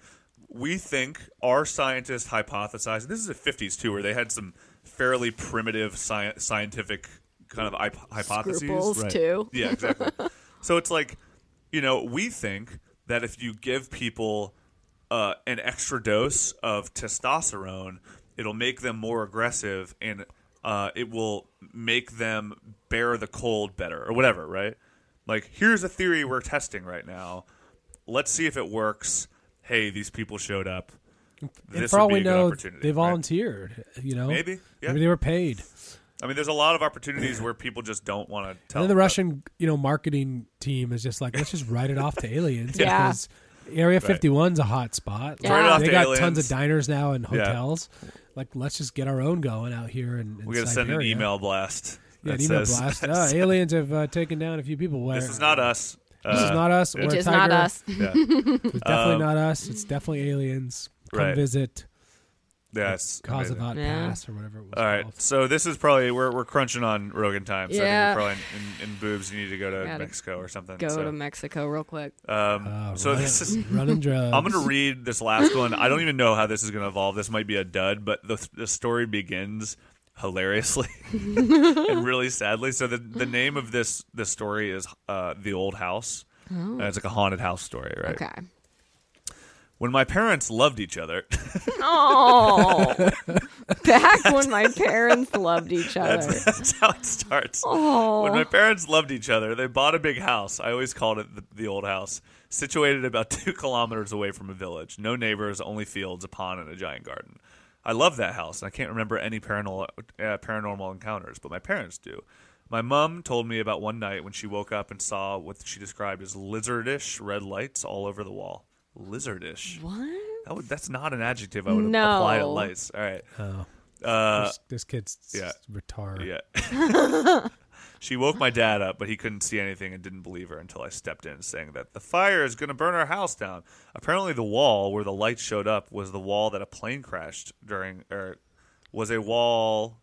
S5: we think our scientists hypothesized. This is the fifties too, where they had some fairly primitive sci- scientific kind of hyp- hypotheses.
S4: Scruples, Right. too.
S5: Yeah, exactly. so it's like, you know, we think that if you give people uh, an extra dose of testosterone, it'll make them more aggressive and uh, it will make them bear the cold better or whatever, right? Like, here's a theory we're testing right now. Let's see if it works. Hey, these people showed up.
S6: And
S5: This
S6: for
S5: would
S6: all
S5: be
S6: we
S5: a good
S6: know,
S5: opportunity,
S6: they
S5: right?
S6: volunteered. You know,
S5: Maybe, yeah.
S6: maybe they were paid.
S5: I mean, there's a lot of opportunities where people just don't want to tell.
S6: and then the
S5: about-
S6: Russian, you know, marketing team is just like, let's just write it off to aliens.
S4: Yeah.
S6: Because Area 51's a hot spot.
S4: Yeah. Write it off
S6: They
S5: to
S6: got
S5: aliens.
S6: tons of diners now and hotels. Like, let's just get our own going out here. And
S5: We got to send an email blast.
S6: Yeah, an
S5: that
S6: email
S5: says,
S6: blast. Uh, aliens have uh, taken down a few people. Where,
S5: This is not us. Uh,
S6: This is not us.
S4: Which
S6: we're a
S4: is not
S6: tiger.
S4: us.
S5: Yeah,
S6: It's definitely not us. It's definitely aliens. Come
S5: Um, Right.
S6: visit
S5: yeah it's amazing.
S6: Kazavat
S4: Yeah.
S6: Pass or whatever it was
S5: All
S6: called.
S5: right, so this is probably we're, we're crunching on Rogan time. So
S4: Yeah.
S5: I think we're probably in, in, in boobs. You need to go to
S4: Gotta
S5: Mexico or something.
S4: Go
S5: so,
S4: to Mexico real quick.
S5: um,
S6: Uh,
S5: so
S6: running,
S5: this is
S6: running drugs.
S5: I'm going to read this last one. I don't even know how this is going to evolve. This might be a dud, but the, the story begins hilariously and really sadly. So the, the name of this this story is uh, the old house. And it's like a haunted house story, right?
S4: Oh. Okay.
S5: When my parents loved each other,
S4: Oh, back when my parents loved each other.
S5: that's how it starts. When my
S4: Oh,
S5: parents loved each other, they bought a big house. I always called it the, the old house, situated about two kilometers away from a village. No neighbors, only fields, a pond, and a giant garden. I love that house, and I can't remember any paranormal, uh, paranormal encounters, but my parents do. My mom told me about one night when she woke up and saw what she described as lizardish red lights all over the wall. Lizardish.
S4: what?
S5: That would, that's not an adjective I would
S4: No.
S5: apply to lights. All right.
S6: Oh.
S5: Uh,
S6: this, this kid's
S5: yeah.
S6: retarded.
S5: yeah. she woke my dad up, but he couldn't see anything and didn't believe her until I stepped in saying that the fire is going to burn our house down. Apparently, the wall where the light showed up was the wall that a plane crashed during, or was a wall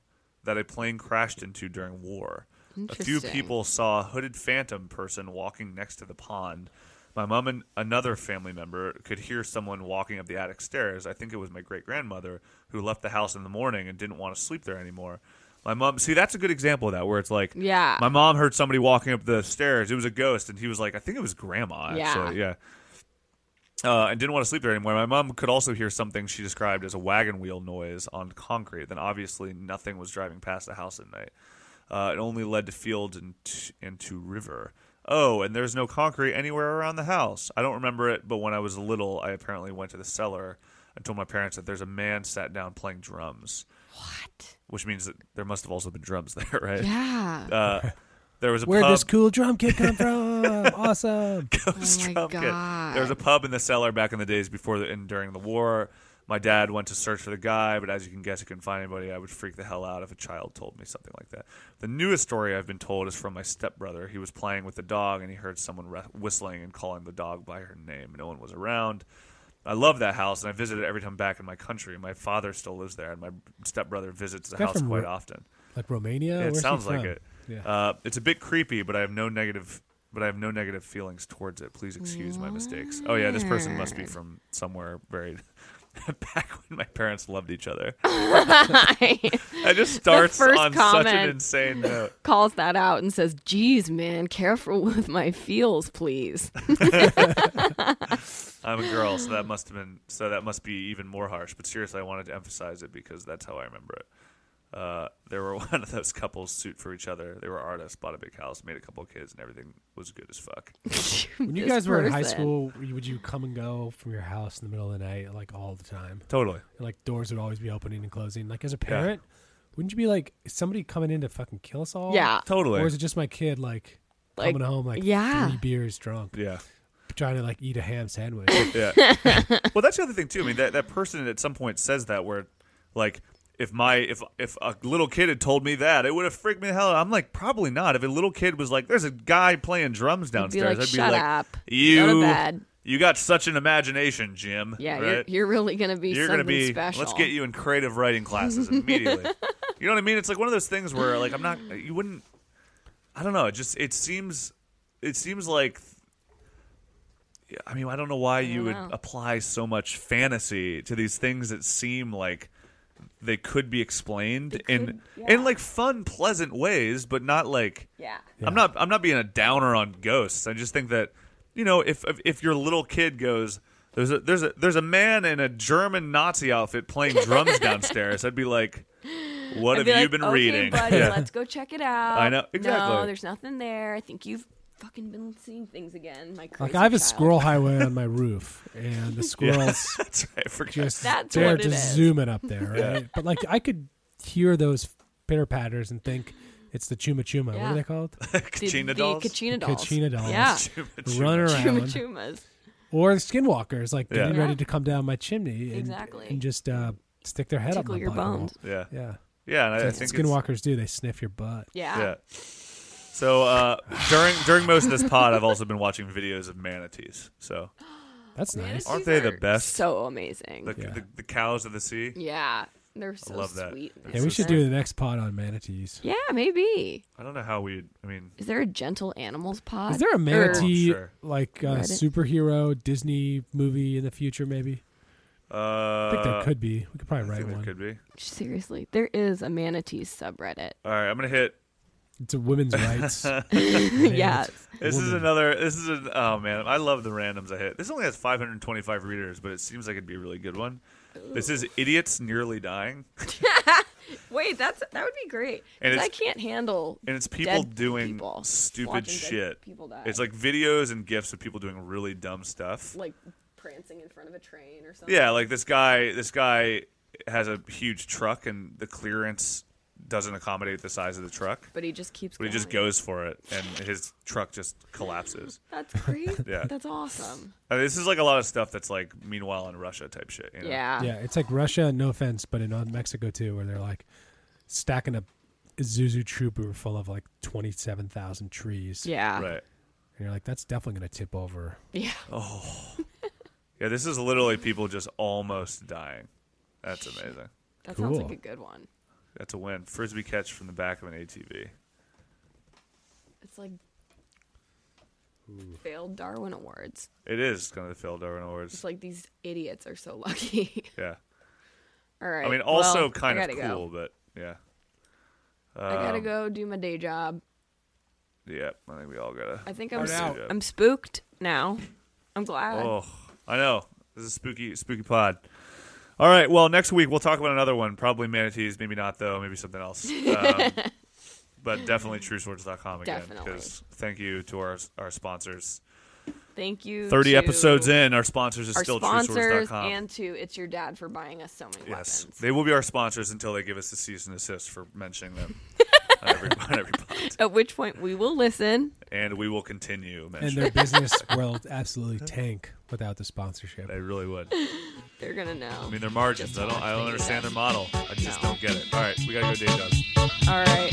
S5: that a plane crashed into during war. A few
S4: Interesting.
S5: people saw a hooded phantom person walking next to the pond. My mom and another family member could hear someone walking up the attic stairs. I think it was my great grandmother who left the house in the morning and didn't want to sleep there anymore. My mom, see, that's a good example of that, where it's like,
S4: Yeah.
S5: my mom heard somebody walking up the stairs. It was a ghost, and he was like, I think it was grandma,
S4: Yeah.
S5: actually. Yeah. Uh, and didn't want to sleep there anymore. My mom could also hear something she described as a wagon wheel noise on concrete. Then obviously nothing was driving past the house at night. Uh, it only led to fields and t- and to river. Oh, and there's no concrete anywhere around the house. I don't remember it, but when I was little, I apparently went to the cellar and told my parents that there's a man sat down playing drums. What? Which means that there must have also been drums there, right?
S4: Yeah.
S5: Uh, there was a
S6: Where'd
S5: pub.
S6: this cool drum kit come from? awesome.
S5: Ghost
S4: Oh my
S5: drum kit. There was a
S4: God.
S5: pub in the cellar back in the days before the, and during the war. My dad went to search for the guy, but as you can guess, he couldn't find anybody. I would freak the hell out if a child told me something like that. The newest story I've been told is from my stepbrother. He was playing with the dog and he heard someone re- whistling and calling the dog by her name. No one was around. I love that house, and I visit it every time back in my country. My father still lives there, and my stepbrother visits the
S6: Guy
S5: house
S6: from
S5: quite
S6: Ru-
S5: often.
S6: Like
S5: Yeah,
S6: Romania?
S5: it
S6: Oh, Where's he
S5: sounds like
S6: from?
S5: it.
S6: Yeah.
S5: Uh, it's a bit creepy, but I have no negative. But I have no negative feelings towards it. Please excuse my mistakes. Oh yeah, this person must be from somewhere very back when my parents loved each other. It just starts
S4: first
S5: on such an
S4: comment.
S5: insane note.
S4: Calls that out and says, "Geez, man, careful with my feels, please."
S5: I'm a girl, so that must have been so that must be even more harsh. But seriously, I wanted to emphasize it because that's how I remember it. Uh, there were one of those couples suit for each other. They were artists, bought a big house, made a couple of kids, and everything was good as fuck.
S6: When you
S4: This
S6: guys were in high
S4: person.
S6: school, you- would you come and go from your house in the middle of the night, like all the time?
S5: Totally.
S6: And, like doors would always be opening and closing. Like as a parent, wouldn't you be like, is somebody coming in to fucking kill us all?
S4: Yeah.
S5: Totally.
S6: Or is it just my kid like,
S4: Like,
S6: coming home like
S4: yeah.
S6: three beers drunk,
S5: yeah.
S6: trying to like eat a ham sandwich?
S5: Yeah. well, that's the other thing too. I mean, that, that person at some point says that where, like, if my if if a little kid had told me that, it would have freaked me the hell out. I'm like, probably not. If a little kid was like, "There's a guy playing drums
S4: be
S5: downstairs,"
S4: like,
S5: I'd be
S4: "Shut
S5: like,
S4: up,
S5: "You
S4: go to bed."
S5: You got such an imagination, Jim.
S4: Yeah, you're,
S5: right?
S4: you're really gonna be
S5: You're
S4: something
S5: gonna be.
S4: special.
S5: Let's get you in creative writing classes immediately. you know what I mean? It's like one of those things where, like, I'm not. You wouldn't. I don't know. It just it seems. It seems like. Yeah, I mean, I don't know why you would
S4: know.
S5: apply so much fantasy to these things that seem like they could be explained in in like fun, pleasant ways, but not like.
S4: Yeah.
S5: I'm not. I'm not being a downer on ghosts. I just think that you know, if if, if your little kid goes, there's a there's a there's a man in a German Nazi outfit playing drums downstairs. I'd be like, what
S4: I'd
S5: have
S4: be
S5: you
S4: like,
S5: been
S4: okay,
S5: reading?
S4: buddy,
S5: Yeah.
S4: let's go check it out.
S5: I know- exactly.
S4: No, there's nothing there. I think you've fucking been seeing things again. My
S6: Like
S4: crazy
S6: I have a
S4: child.
S6: squirrel highway on my roof, and the squirrels
S5: That's right. I forgot.
S6: just
S4: That's
S6: they're
S4: what it
S6: just
S4: is.
S6: zooming up there, right? But like I could hear those pitter patters and think it's the chuma chuma. What
S4: Yeah.
S6: are they called?
S4: The,
S5: Kachina
S4: the
S5: dolls.
S4: Kachina dolls.
S6: Kachina dolls.
S4: Yeah.
S5: Chuma
S6: Run
S5: chuma.
S4: Chuma
S6: around
S4: chumas.
S6: or skinwalkers, like
S5: Yeah.
S6: getting
S4: Yeah.
S6: ready to come down my chimney and,
S4: Exactly.
S6: and just uh, stick their head up
S4: Tickle
S6: my
S4: your
S6: butthole.
S4: bones.
S5: Yeah.
S6: Yeah,
S5: Yeah. And I, I
S6: That's
S5: think
S6: what
S5: it's-
S6: skinwalkers do. They sniff your butt.
S4: Yeah.
S5: Yeah. So uh, during during most of this pod, I've also been watching videos of manatees. So
S6: That's nice.
S5: Aren't they the
S4: These are
S5: best?
S4: So amazing.
S5: the,
S6: Yeah.
S5: the, the cows of the sea.
S4: yeah. They're so
S5: love that.
S4: sweet. and
S6: Yeah, we should do the next pod on manatees.
S4: Yeah, maybe.
S5: I don't know how we. I mean,
S4: Is there a gentle animals pod?
S6: Is there a
S4: Or-
S6: manatee
S5: Oh, Sure.
S6: like uh,
S4: Reddit.
S6: superhero Disney movie in the future? Maybe
S5: uh,
S6: I think there could be. We could probably
S5: I
S6: write
S5: think there
S6: one.
S5: could be.
S4: seriously, there is a manatee subreddit.
S5: All right, I'm gonna hit.
S6: It's a women's rights.
S4: yes.
S5: This is
S6: Woman.
S5: another. This is an. Oh man, I love the randoms I hit. This only has 525 readers, but it seems like it'd be a really good one. This is idiots nearly dying,
S4: Wait, that's that would be great.
S5: And
S4: 'Cause I
S5: it's-
S4: can't handle
S5: and it's people
S4: dead
S5: doing
S4: people, watching
S5: stupid
S4: dead
S5: shit.
S4: people die.
S5: It's like videos and gifs of people doing really dumb stuff.
S4: like prancing in front of a train or something.
S5: Yeah, like this guy. This guy has a huge truck, and the clearance doesn't accommodate the size of the truck.
S4: But he just keeps.
S5: But he just goes for it, and his truck just collapses.
S4: That's great.
S5: Yeah.
S4: That's awesome.
S5: I mean, this is like a lot of stuff that's like meanwhile in Russia type shit. You know?
S4: Yeah.
S6: yeah, it's like Russia. No offense, but in uh, Mexico too, where they're like stacking up Zuzu trooper full of like twenty-seven thousand trees.
S4: Yeah.
S5: Right.
S6: and you're like, that's definitely gonna tip over.
S4: Yeah.
S5: Yeah, this is literally people just almost dying. That's amazing.
S4: That sounds like
S6: Cool.
S4: a good one.
S5: That's a win. Frisbee catch from the back of an ATV.
S4: It's like failed Darwin Awards.
S5: It is kind of the Phil Darwin Awards.
S4: It's like these idiots are so lucky.
S5: yeah.
S4: All right.
S5: I mean, also
S4: well,
S5: kind
S4: I
S5: of
S4: gotta
S5: cool,
S4: Go.
S5: but yeah.
S4: I
S5: Um,
S4: gotta go do my day job.
S5: Yeah, I think we all gotta.
S4: I think I'm
S5: do
S4: s-
S5: that.
S4: I'm spooked now. I'm glad.
S5: Oh, I know. This is a spooky, spooky pod. All right. Well, next week we'll talk about another one. Probably manatees. Maybe not though. Maybe something else. Um, but definitely trueswords.com again.
S4: Definitely.
S5: thank you to our our sponsors.
S4: Thank you.
S5: Thirty
S4: to
S5: episodes in, our sponsors is
S4: Our
S5: still
S4: sponsors
S5: trueswords.com.
S4: and to it's your dad for buying us so many
S5: yes,
S4: weapons.
S5: they will be our sponsors until they give us the cease and assist for mentioning them on every on every pod.
S4: At which point we will listen.
S5: And we will continue
S6: And
S5: mentioning.
S6: their business will absolutely tank without the sponsorship.
S5: They really would.
S4: They're gonna know.
S5: I mean, their margins. I don't. I don't understand their model. I just
S4: No.
S5: don't get it. All right, we gotta go day jobs.
S4: All right.